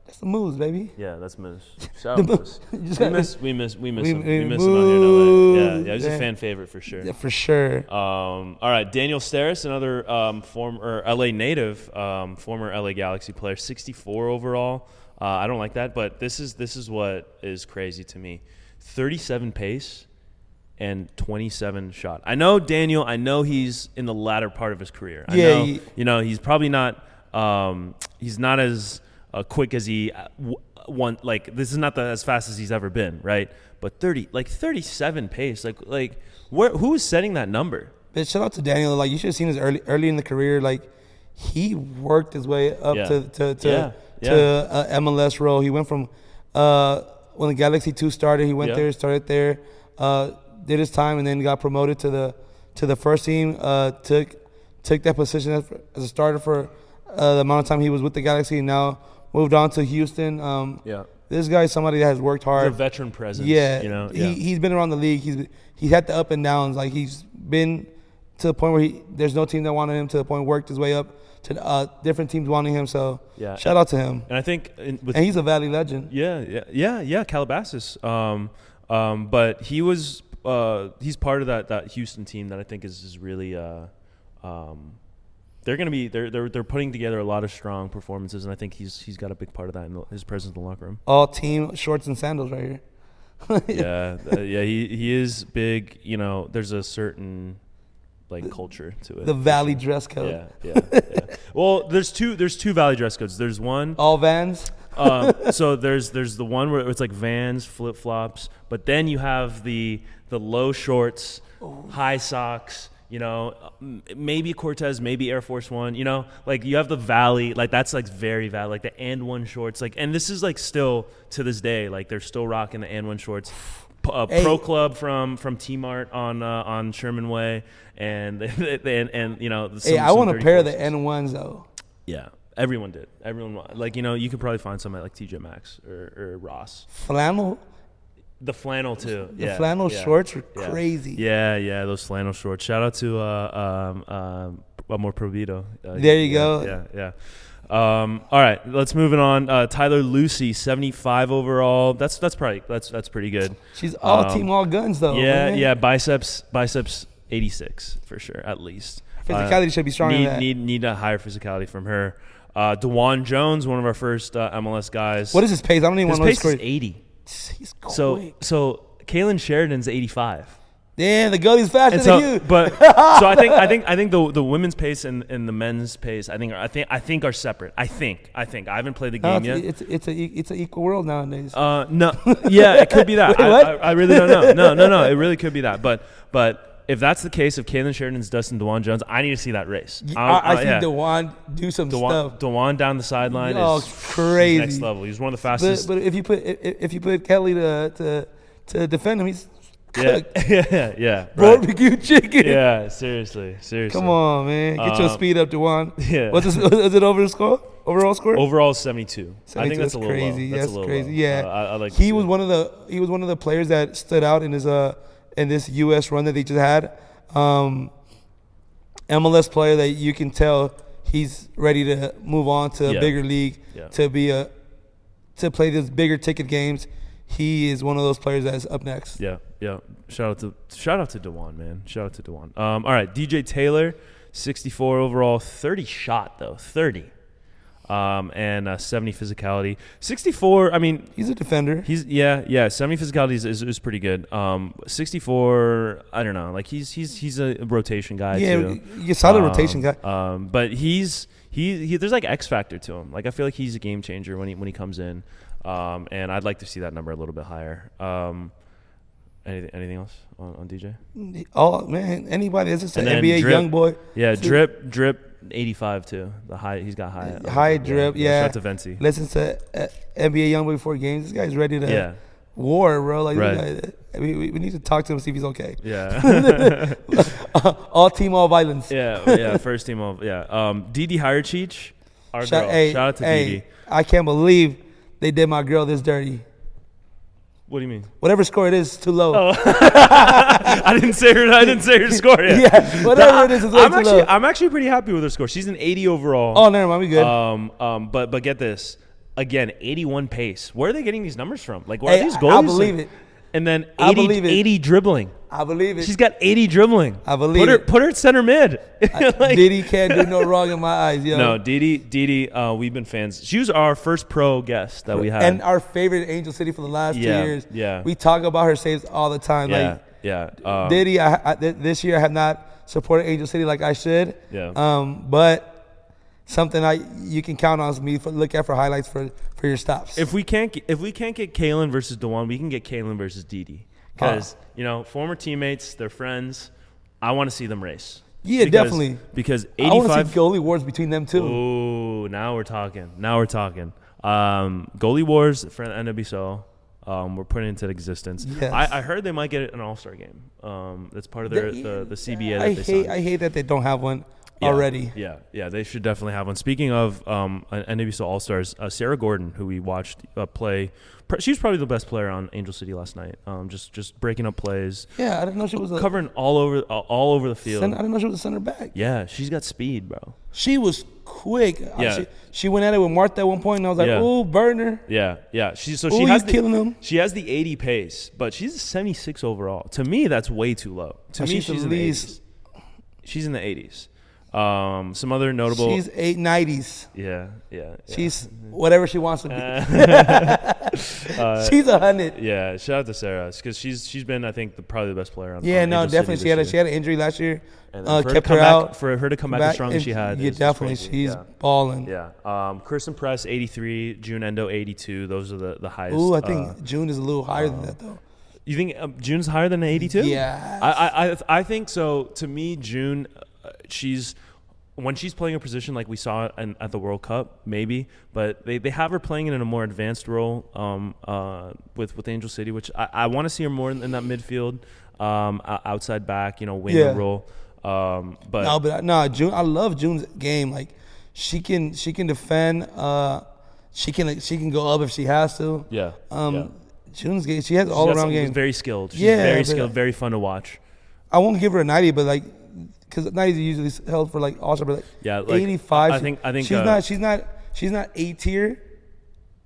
Speaker 2: that's the moves baby.
Speaker 3: Yeah, that's Miz. Shout out Miz.
Speaker 2: Just
Speaker 3: We
Speaker 2: gotta-
Speaker 3: miss, we miss, we miss
Speaker 2: We-
Speaker 3: him.
Speaker 2: we
Speaker 3: We miss him out here in LA. Yeah, yeah. He's
Speaker 2: moved.
Speaker 3: a fan favorite for sure.
Speaker 2: Yeah, for sure.
Speaker 3: Um, all right, Daniel Steris, another um, former LA native, um, former LA Galaxy player, 64 overall. Uh, I don't like that, but this is this is what is crazy to me: 37 pace and 27 shot. I know Daniel. I know he's in the latter part of his career. I
Speaker 2: Yeah,
Speaker 3: know,
Speaker 2: he-
Speaker 3: you know he's probably not. Um, he's not as uh, quick as he uh, w- want. Like this is not the, as fast as he's ever been, right? But 30, like 37 pace, like like where who is setting that number?
Speaker 2: But shout out to Daniel. Like you should have seen his early early in the career. Like he worked his way up
Speaker 3: Yeah.
Speaker 2: to to to,
Speaker 3: Yeah,
Speaker 2: to
Speaker 3: yeah.
Speaker 2: uh, MLS role. He went from uh, when the Galaxy Two started. He went
Speaker 3: Yeah.
Speaker 2: there, started there, uh, did his time, and then got promoted to the to the first team. Uh, took took that position as, as a starter for uh, the amount of time he was with the Galaxy. And now moved on to Houston. Um,
Speaker 3: Yeah.
Speaker 2: This guy is somebody that has worked
Speaker 3: Their
Speaker 2: hard.
Speaker 3: veteran presence.
Speaker 2: Yeah,
Speaker 3: you know,
Speaker 2: he,
Speaker 3: yeah.
Speaker 2: he's been around the league. He's he's had the up and downs. Like he's been to the point where he there's no team that wanted him. To the point worked his way up to uh, different teams wanting him. So
Speaker 3: Yeah.
Speaker 2: shout out to him.
Speaker 3: and I think in, with
Speaker 2: And he's a Valley legend.
Speaker 3: yeah, yeah, yeah, yeah, Calabasas. Um, um, but he was uh, he's part of that that Houston team that I think is is really uh, um, they're gonna be they're they're they're putting together a lot of strong performances, and I think he's he's got a big part of that in the, his presence in the locker room.
Speaker 2: All team shorts and sandals right here.
Speaker 3: yeah, uh, yeah, he he is big. You know, there's a certain like culture to it.
Speaker 2: The Valley dress code.
Speaker 3: yeah, yeah, yeah. Well, there's two. There's two Valley dress codes. There's one.
Speaker 2: All Vans.
Speaker 3: um, so there's there's the one where it's like Vans, flip flops, but then you have the the low shorts,
Speaker 2: Oh.
Speaker 3: high socks. You know, m- maybe Cortez, maybe Air Force One. You know, like you have the Valley, like that's like very Valley, like the and one shorts. Like, and this is like still to this day, like they're still rocking the and one shorts. P- Uh,
Speaker 2: Hey.
Speaker 3: Pro Club from from T Mart on uh, on Sherman Way, and and, and you know.
Speaker 2: Hey,
Speaker 3: some-
Speaker 2: I
Speaker 3: some
Speaker 2: want to
Speaker 3: dirty
Speaker 2: pair of the
Speaker 3: forces.
Speaker 2: N ones though.
Speaker 3: Yeah, everyone did. Everyone wa- like you know you could probably find some at like TJ Maxx or, or Ross.
Speaker 2: Flannel.
Speaker 3: The flannel too.
Speaker 2: The
Speaker 3: yeah,
Speaker 2: flannel
Speaker 3: yeah,
Speaker 2: shorts are
Speaker 3: yeah.
Speaker 2: crazy.
Speaker 3: Yeah, yeah, those flannel shorts. Shout out to uh, um, um, Amor Provido. Uh,
Speaker 2: There you
Speaker 3: yeah,
Speaker 2: go.
Speaker 3: Yeah, yeah. Um, all right, let's move it on. Uh, Tyler Lucy, seventy-five overall. That's that's probably that's that's pretty good.
Speaker 2: She's all
Speaker 3: Um,
Speaker 2: team, all guns though.
Speaker 3: yeah,
Speaker 2: man.
Speaker 3: yeah. Biceps, biceps, eighty-six for sure, at least. Uh,
Speaker 2: Physicality should be stronger
Speaker 3: Need,
Speaker 2: than that.
Speaker 3: need need a higher physicality from her. Uh, Dewan Jones, one of our first uh, MLS guys.
Speaker 2: What is his pace? I don't even
Speaker 3: his
Speaker 2: want to know his
Speaker 3: pace? Is
Speaker 2: score.
Speaker 3: eighty.
Speaker 2: He's quick.
Speaker 3: So so Kalen Sheridan's eighty-five.
Speaker 2: yeah, the goalie's faster
Speaker 3: And so,
Speaker 2: than you.
Speaker 3: but so I think I think I think the the women's pace and, and the men's pace I think are, I think I think are separate. I think I think I haven't played the
Speaker 2: No,
Speaker 3: game
Speaker 2: it's,
Speaker 3: yet.
Speaker 2: it's it's a it's an equal world nowadays.
Speaker 3: Uh, no, yeah, it could be that.
Speaker 2: Wait,
Speaker 3: I,
Speaker 2: what?
Speaker 3: I, I really don't know. No, no, no. It really could be that. But but if that's the case, if Kalen Sheridan's Dustin Dewan Jones, I need to see that race.
Speaker 2: Y-
Speaker 3: I'm-
Speaker 2: I, I
Speaker 3: uh,
Speaker 2: see
Speaker 3: yeah.
Speaker 2: Dewan do some
Speaker 3: Dewan,
Speaker 2: stuff.
Speaker 3: Dewan down the sideline
Speaker 2: Oh,
Speaker 3: is
Speaker 2: crazy.
Speaker 3: next level. He's one of the
Speaker 2: But,
Speaker 3: fastest.
Speaker 2: but if you put if, if you put Kelly to to to defend him, he's
Speaker 3: yeah,
Speaker 2: cooked.
Speaker 3: yeah, yeah, right.
Speaker 2: Barbecue chicken.
Speaker 3: yeah. Seriously, seriously.
Speaker 2: Come on, man. Get your
Speaker 3: Um,
Speaker 2: speed up, Dewan.
Speaker 3: yeah.
Speaker 2: What's this, is it over the score? Overall score?
Speaker 3: Overall, seventy-two. I
Speaker 2: 72.
Speaker 3: think that's a little
Speaker 2: crazy.
Speaker 3: low. That's,
Speaker 2: That's,
Speaker 3: a little
Speaker 2: crazy.
Speaker 3: low.
Speaker 2: Yeah.
Speaker 3: Uh, I, I like. to
Speaker 2: he
Speaker 3: see
Speaker 2: was
Speaker 3: it.
Speaker 2: one of the he was one of the players that stood out in his uh in this US run that they just had. Um, MLS player that you can tell he's ready to move on to a
Speaker 3: Yeah.
Speaker 2: bigger league
Speaker 3: Yeah.
Speaker 2: to be a to play these bigger ticket games. He is one of those players that's up next.
Speaker 3: Yeah, yeah. Shout out to shout out to Dewan, man. Shout out to Dewan. Um, all right, DJ Taylor, sixty-four overall, thirty shot though, thirty, um, and uh, seventy physicality. Sixty-four. I mean,
Speaker 2: He's a defender.
Speaker 3: he's yeah, yeah. Seventy physicality is, is, is pretty good. Um, sixty-four. I don't know. Like he's he's he's a rotation guy.
Speaker 2: yeah,
Speaker 3: too.
Speaker 2: you saw the rotation guy.
Speaker 3: Um, Um, but he's he, he there's like X factor to him. Like I feel like he's a game changer when he when he comes in. Um, and I'd like to see that number a little bit higher. Um, anything anything else on, on DJ?
Speaker 2: Oh man, anybody that's just an
Speaker 3: And then
Speaker 2: NBA
Speaker 3: drip.
Speaker 2: young boy.
Speaker 3: Yeah,
Speaker 2: Dude.
Speaker 3: drip drip. 85 too. The high he's got high.
Speaker 2: Uh, High drip, yeah.
Speaker 3: Shout out to Venti.
Speaker 2: Listen to uh, NBA Youngboy before games. This guy's ready to
Speaker 3: Yeah.
Speaker 2: war, bro. Like this
Speaker 3: Right.
Speaker 2: guy- we, we, we need to talk to him see if he's okay.
Speaker 3: Yeah,
Speaker 2: all team, all violence.
Speaker 3: yeah, yeah. First team all. Yeah, um, Didi Hirachich, our
Speaker 2: Shout,
Speaker 3: girl.
Speaker 2: hey,
Speaker 3: Shout out to
Speaker 2: hey,
Speaker 3: Didi.
Speaker 2: I can't believe they did my girl this dirty.
Speaker 3: What do you mean?
Speaker 2: Whatever score it is, it's too low.
Speaker 3: Oh. I didn't say her. I didn't say her score yet.
Speaker 2: yeah, whatever it is, it's way
Speaker 3: I'm
Speaker 2: too
Speaker 3: actually,
Speaker 2: low.
Speaker 3: I'm actually pretty happy with her score. She's an 80 overall.
Speaker 2: oh, never mind, we good.
Speaker 3: Um, um, but but get this again, 81 pace. Where are they getting these numbers from? Like, where
Speaker 2: Hey,
Speaker 3: are these
Speaker 2: I- I
Speaker 3: goals?
Speaker 2: believe it.
Speaker 3: And then 80,
Speaker 2: I believe it.
Speaker 3: 80 dribbling.
Speaker 2: I believe it.
Speaker 3: She's got 80 dribbling.
Speaker 2: I believe
Speaker 3: put her,
Speaker 2: it.
Speaker 3: Put her at center mid. Like-
Speaker 2: Diddy can't do no wrong in my eyes, yo.
Speaker 3: No, Didi, Didi. Uh, we've been fans. She was our first pro guest that we had.
Speaker 2: and our favorite Angel City for the last
Speaker 3: Yeah,
Speaker 2: two years.
Speaker 3: yeah.
Speaker 2: we talk about her saves all the time.
Speaker 3: yeah,
Speaker 2: Like
Speaker 3: yeah. Um,
Speaker 2: Diddy, I, I, th- this year I have not supported Angel City like I should.
Speaker 3: Yeah.
Speaker 2: Um, but something I you can count on is me for look at for highlights for for your stops.
Speaker 3: If we can't get, if we can't get Kalen versus Dewan, we can get Kalen versus Didi because you know former teammates, they're friends. I want to see them race.
Speaker 2: Yeah,
Speaker 3: Because-
Speaker 2: definitely. I
Speaker 3: Because
Speaker 2: want to
Speaker 3: eighty-five. Oh,
Speaker 2: see goalie wars between them too.
Speaker 3: Ooh, now we're talking. Now we're talking. Um, goalie wars for the NWSL. Um, we're putting into existence.
Speaker 2: Yes.
Speaker 3: I, I heard they might get an All Star game. Um, that's part of their
Speaker 2: They-
Speaker 3: the, the CBA. That
Speaker 2: I
Speaker 3: they
Speaker 2: hate
Speaker 3: signed.
Speaker 2: I hate that they don't have one
Speaker 3: Yeah.
Speaker 2: already.
Speaker 3: Yeah, yeah, they should definitely have one. Speaking of um, uh, NWSL All Stars, uh, Sarah Gordon, who we watched uh, play, pr- she was probably the best player on Angel City last night. Um, just just breaking up plays,
Speaker 2: Yeah, I didn't know she was a
Speaker 3: covering all over uh, all over the field.
Speaker 2: center, I didn't know she was a center back.
Speaker 3: yeah, she's got speed, bro.
Speaker 2: She was quick. I-
Speaker 3: Yeah.
Speaker 2: She, she went at it with Martha at one point, and I was like,
Speaker 3: Yeah.
Speaker 2: "Ooh, burner."
Speaker 3: Yeah, yeah. She so
Speaker 2: Ooh,
Speaker 3: she
Speaker 2: Oh, he's
Speaker 3: has the,
Speaker 2: killing him.
Speaker 3: She has the 80 pace, but she's a 76 overall. To me, that's way too low. To
Speaker 2: Oh,
Speaker 3: me,
Speaker 2: she's
Speaker 3: she's,
Speaker 2: the
Speaker 3: in the
Speaker 2: least-
Speaker 3: 80s. She's in the 80s. Um, some other notable.
Speaker 2: She's eight nineties.
Speaker 3: yeah, yeah, yeah.
Speaker 2: She's whatever she wants to be.
Speaker 3: Uh,
Speaker 2: She's a hundred.
Speaker 3: yeah. Shout out to Sarah because she's she's been I think the, probably the best player on.
Speaker 2: Yeah,
Speaker 3: on
Speaker 2: no,
Speaker 3: Angel City
Speaker 2: definitely.
Speaker 3: this
Speaker 2: She had a,
Speaker 3: year.
Speaker 2: she had an injury last year.
Speaker 3: And
Speaker 2: Uh,
Speaker 3: for her to
Speaker 2: kept her
Speaker 3: come back-
Speaker 2: out.
Speaker 3: for her to come back, as strong as
Speaker 2: if-
Speaker 3: she had.
Speaker 2: Yeah,
Speaker 3: is- is
Speaker 2: definitely.
Speaker 3: crazy.
Speaker 2: She's
Speaker 3: yeah.
Speaker 2: balling.
Speaker 3: Yeah. Um, Kirsten Press, 83. June Endo, 82. Those are the, the highest.
Speaker 2: Ooh, I
Speaker 3: uh,
Speaker 2: think June is a little higher than that though.
Speaker 3: you think um, June's higher than 82?
Speaker 2: Yeah.
Speaker 3: I, I, I, I think so. To me, June, uh, she's. When she's playing a position like we saw in, at the World Cup, maybe, but they, they have her playing it in a more advanced role um, uh, with with Angel City, which I, I want to see her more in, in that midfield, um, o- outside back, you know, winger
Speaker 2: Yeah.
Speaker 3: role. Um, but
Speaker 2: No, but I- no, June. I love June's game. Like she can she can defend. Uh, she can she can go up if she has to.
Speaker 3: yeah,
Speaker 2: Um,
Speaker 3: yeah.
Speaker 2: June's game. She has
Speaker 3: She's
Speaker 2: all
Speaker 3: got
Speaker 2: around
Speaker 3: some-
Speaker 2: game.
Speaker 3: Very skilled. She's
Speaker 2: Yeah,
Speaker 3: very
Speaker 2: but-
Speaker 3: skilled. Very fun to watch.
Speaker 2: I won't give her a ninety, but like because nineties are usually held for like all star, but like
Speaker 3: Yeah, like,
Speaker 2: eighty five.
Speaker 3: I think- I think,
Speaker 2: she's
Speaker 3: uh,
Speaker 2: not she's not she's not A tier,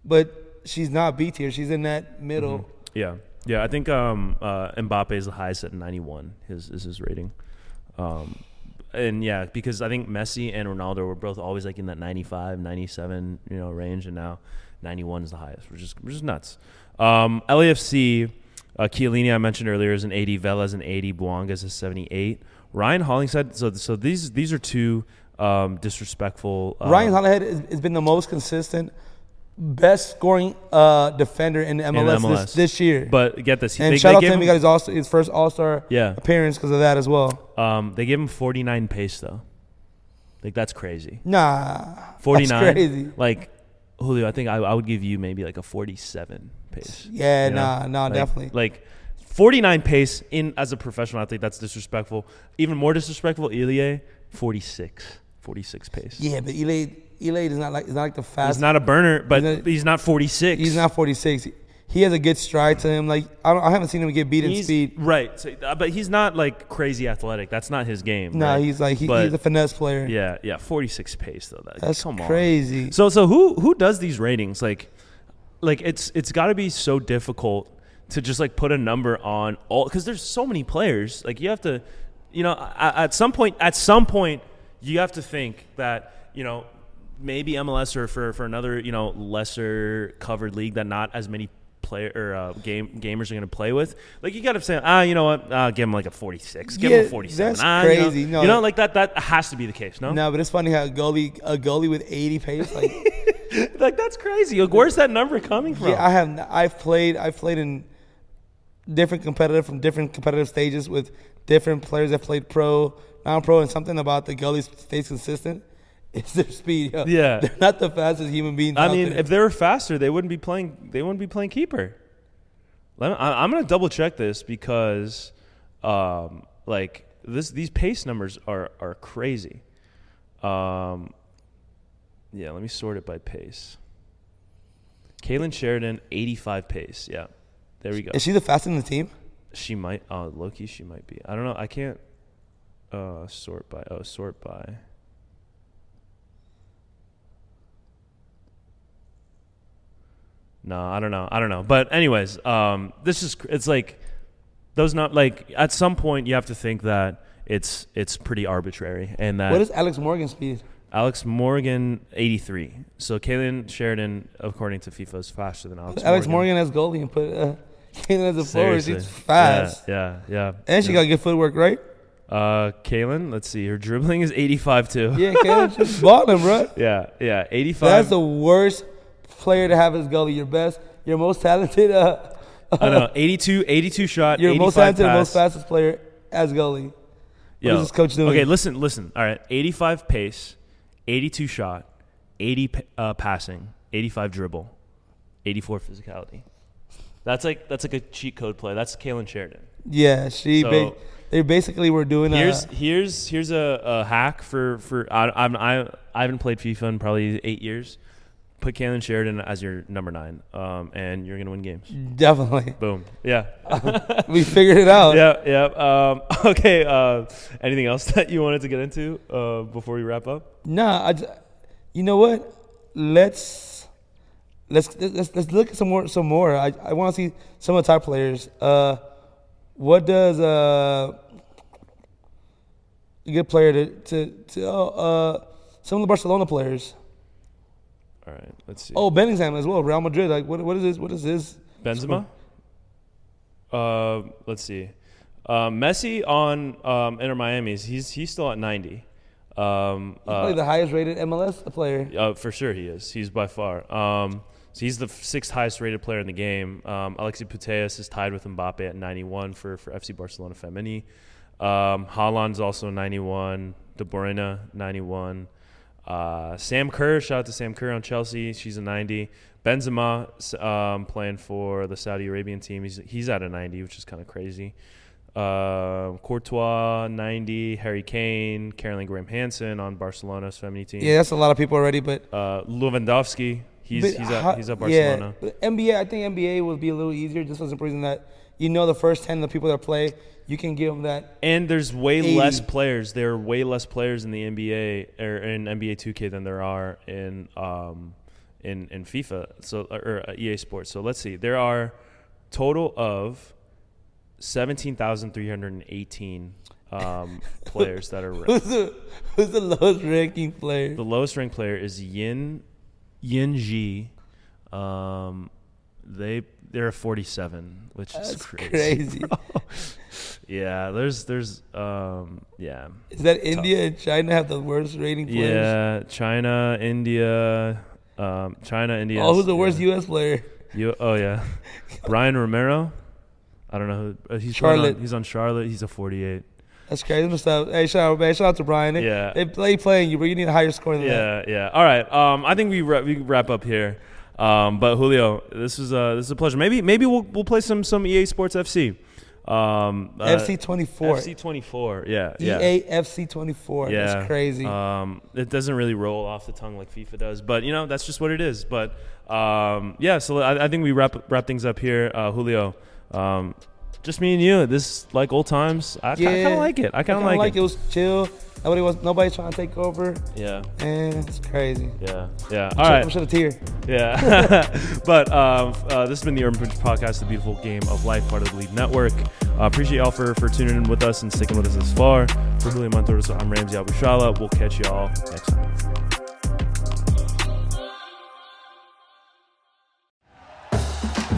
Speaker 2: but she's not B tier. She's in that middle.
Speaker 3: Mm-hmm. Yeah, yeah. I think um, uh, Mbappe is the highest at 91. His is his rating. Um, and yeah, because I think Messi and Ronaldo were both always like in that 95, 97, you know, range, and now 91 is the highest, which is which is nuts. Um, LAFC, uh, Chiellini I mentioned earlier is an 80, Vela's an 80, Buonga's a 78. Ryan Hollingshead. So so these these are two um, disrespectful. Um,
Speaker 2: Ryan Hollahead has, has been the most consistent, best scoring uh, defender in the
Speaker 3: in
Speaker 2: MLS, This, this year.
Speaker 3: But get this,
Speaker 2: and
Speaker 3: they-
Speaker 2: shout
Speaker 3: they
Speaker 2: out to
Speaker 3: gave
Speaker 2: him, he
Speaker 3: him-
Speaker 2: got his, all, his first All Star
Speaker 3: Yeah.
Speaker 2: appearance because of that as well.
Speaker 3: Um, they give him 49 pace though. Like that's crazy.
Speaker 2: Nah,
Speaker 3: 49.
Speaker 2: That's crazy.
Speaker 3: Like Julio, I think I, I would give you maybe like a 47 pace.
Speaker 2: Yeah,
Speaker 3: you know?
Speaker 2: nah, nah,
Speaker 3: Like-
Speaker 2: definitely.
Speaker 3: Like 49 pace in as a professional athlete, that's disrespectful. Even more disrespectful, Ilie, 46, 46 pace.
Speaker 2: Yeah, but Elaid Elaid is not like is not like the
Speaker 3: He's
Speaker 2: fast.
Speaker 3: not a burner, but
Speaker 2: He's
Speaker 3: he's
Speaker 2: not-
Speaker 3: not, 46.
Speaker 2: He's not 46. He has a good stride to him. Like I, don't, I haven't seen him get beat in
Speaker 3: He's-
Speaker 2: speed.
Speaker 3: Right. So, uh, but he's not like crazy athletic. That's not his game.
Speaker 2: No,
Speaker 3: right?
Speaker 2: he's like he,
Speaker 3: But-
Speaker 2: he's a finesse player.
Speaker 3: Yeah, yeah, 46 pace though. That,
Speaker 2: That's
Speaker 3: come on.
Speaker 2: crazy.
Speaker 3: So so who who does these ratings? Like like it's it's got to be so difficult to just like put a number on all cuz there's so many players. Like you have to you know a- a- at some point at some point you have to think that, you know, maybe MLS or for for another, you know, lesser covered league that not as many player or uh, game gamers are going to play with. Like you got to say, ah, you know what? Uh, give him like a 46. Give him
Speaker 2: Yeah,
Speaker 3: a 47.
Speaker 2: that's
Speaker 3: ah, you know?
Speaker 2: crazy.
Speaker 3: You
Speaker 2: No.
Speaker 3: know, like that that has to be the case, no?
Speaker 2: No, but it's funny how a goalie a goalie with 80 pace. Like
Speaker 3: Like that's crazy. Like, where's that number coming from?
Speaker 2: yeah, I have n- I've played I've played in different competitive from different competitive stages with different players that played pro, non-pro, and something about the goalie stays consistent. It's their speed. yo.
Speaker 3: Yeah.
Speaker 2: they're not the fastest human beings.
Speaker 3: I
Speaker 2: out
Speaker 3: mean,
Speaker 2: there.
Speaker 3: if they were faster, they wouldn't be playing. They wouldn't be playing keeper. Let me, I, I'm gonna double check this because, um, like this, these pace numbers are are crazy. Um, yeah, let me sort it by pace. Kaylin Sheridan, 85 pace. Yeah, there we go.
Speaker 2: is she the fastest in the team?
Speaker 3: She might. Oh, Loki. She might be. I don't know. I can't. Uh, sort by. Oh, sort by. No, I don't know. I don't know. But anyways, um, this is. cr- It's like those not like at some point you have to think that it's it's pretty arbitrary and that
Speaker 2: What is Alex Morgan's speed?
Speaker 3: Alex Morgan 83. So Kaylin Sheridan, according to FIFA, is faster than Alex.
Speaker 2: Alex
Speaker 3: Morgan.
Speaker 2: Morgan as goalie and put uh, Kaylin as a forward.
Speaker 3: Seriously.
Speaker 2: She's fast.
Speaker 3: Yeah, yeah. yeah.
Speaker 2: And she
Speaker 3: yeah.
Speaker 2: got good footwork, right?
Speaker 3: Uh, Kalen, let's see. Her dribbling is 85 too.
Speaker 2: Yeah, Kaylin, she's balling, bro.
Speaker 3: yeah, yeah, 85.
Speaker 2: That's the worst player to have as goalie. Your best, your most talented, uh,
Speaker 3: I know, 82, 82 shot.
Speaker 2: your
Speaker 3: 85
Speaker 2: most talented,
Speaker 3: pass.
Speaker 2: most fastest player as goalie.
Speaker 3: Yo.
Speaker 2: is this coach doing?
Speaker 3: Okay, listen, listen. All right, 85 pace, 82 shot, 80 p- uh, passing, 85 dribble, 84 physicality. That's like that's like a cheat code play. That's Kalen Sheridan.
Speaker 2: Yeah, she.
Speaker 3: So-
Speaker 2: ba- they basically were doing. uh,
Speaker 3: Here's here's here's a, a hack for for I, I'm I I haven't played FIFA in probably eight years. Put Kalen Sheridan as your number nine, um, and you're gonna win games.
Speaker 2: definitely.
Speaker 3: Boom. Yeah.
Speaker 2: we figured it out.
Speaker 3: yeah. Yeah. Um, okay. Uh, anything else that you wanted to get into uh, before we wrap up?
Speaker 2: Nah, I j- you know what? Let's let's let's let's look at some more some more. I, I want to see some of the top players. Uh, what does uh a good player to to, to oh, uh, some of the Barcelona players.
Speaker 3: All right, let's see.
Speaker 2: Oh, Bellingham as well, Real Madrid. Like what what is this? What is this?
Speaker 3: Benzema. Uh, let's see. Uh, Messi on um, Inter Miami's. He's he's still at ninety. Um,
Speaker 2: He's probably
Speaker 3: uh,
Speaker 2: the highest rated MLS player.
Speaker 3: uh, for sure he is. He's by far. Um, so he's the f- sixth highest rated player in the game. Um, Alexi Puteas is tied with Mbappe at 91 for, for FC Barcelona Femini. Um, Haaland's also 91. De Bruyne 91. Uh, Sam Kerr, shout out to Sam Kerr on Chelsea. She's a 90. Benzema s- um, playing for the Saudi Arabian team. He's he's at a 90, which is kind of crazy. Um Courtois 90. Harry Kane, Caroline Graham Hansen on Barcelona's Femini team
Speaker 2: Yeah, that's a lot of people already, but
Speaker 3: uh, Lewandowski. He's
Speaker 2: But
Speaker 3: he's
Speaker 2: how-
Speaker 3: at he's at Barcelona.
Speaker 2: Yeah, but NBA, I think NBA will be a little easier just for the reason that you know the first ten of the people that play, you can give them that.
Speaker 3: And there's way
Speaker 2: 80.
Speaker 3: less players. There are way less players in the NBA or in NBA 2K than there are in um in in FIFA. So or uh, EA Sports. So let's see. There are total of seventeen thousand three hundred eighteen um, players that are ranked.
Speaker 2: Who's the who's the lowest ranking player?
Speaker 3: The lowest ranked player is Yin Yin Ji. Um, they they're 47, which is
Speaker 2: That's
Speaker 3: crazy.
Speaker 2: crazy.
Speaker 3: Yeah, there's there's um yeah.
Speaker 2: Is that India and China have the worst rating players?
Speaker 3: Yeah, China, India, um China, India.
Speaker 2: oh, who's the
Speaker 3: yeah.
Speaker 2: worst U.S. player?
Speaker 3: You- oh yeah. Brian Romero. I don't know who uh, he's playing on-
Speaker 2: Charlotte.
Speaker 3: he's on Charlotte. He's a 48.
Speaker 2: That's crazy. I'm gonna stop. Hey, shout out, man. Shout out to Brian. They,
Speaker 3: Yeah.
Speaker 2: they play playing you, but you need a higher score than that.
Speaker 3: Yeah, yeah. All right. Um I think we wrap, we can wrap up here. Um but Julio, this is uh this is a pleasure. Maybe maybe we'll we'll play some some EA Sports FC. Um uh,
Speaker 2: FC 24.
Speaker 3: FC 24. Yeah.
Speaker 2: E
Speaker 3: yeah.
Speaker 2: EAFC 24. That's crazy.
Speaker 3: Um, it doesn't really roll off the tongue like FIFA does, but you know that's just what it is. But um, yeah, so I, I think we wrap wrap things up here, uh, Julio. Um, just me and you. This like old times. I,
Speaker 2: yeah,
Speaker 3: kind of like it. I kind of like,
Speaker 2: it.
Speaker 3: it.
Speaker 2: was chill. Nobody was nobody's trying to take over,
Speaker 3: Yeah.
Speaker 2: and Eh, it's crazy.
Speaker 3: Yeah. Yeah. All right.
Speaker 2: I'm sure the tear.
Speaker 3: Yeah. but um, uh, this has been the Urban Pinch Podcast, the beautiful game of life, part of the Lead Network. Uh, appreciate y'all for, for tuning in with us and sticking with us this far. For Julio Montoro, so I'm Ramsey Abushala. We'll catch y'all next time.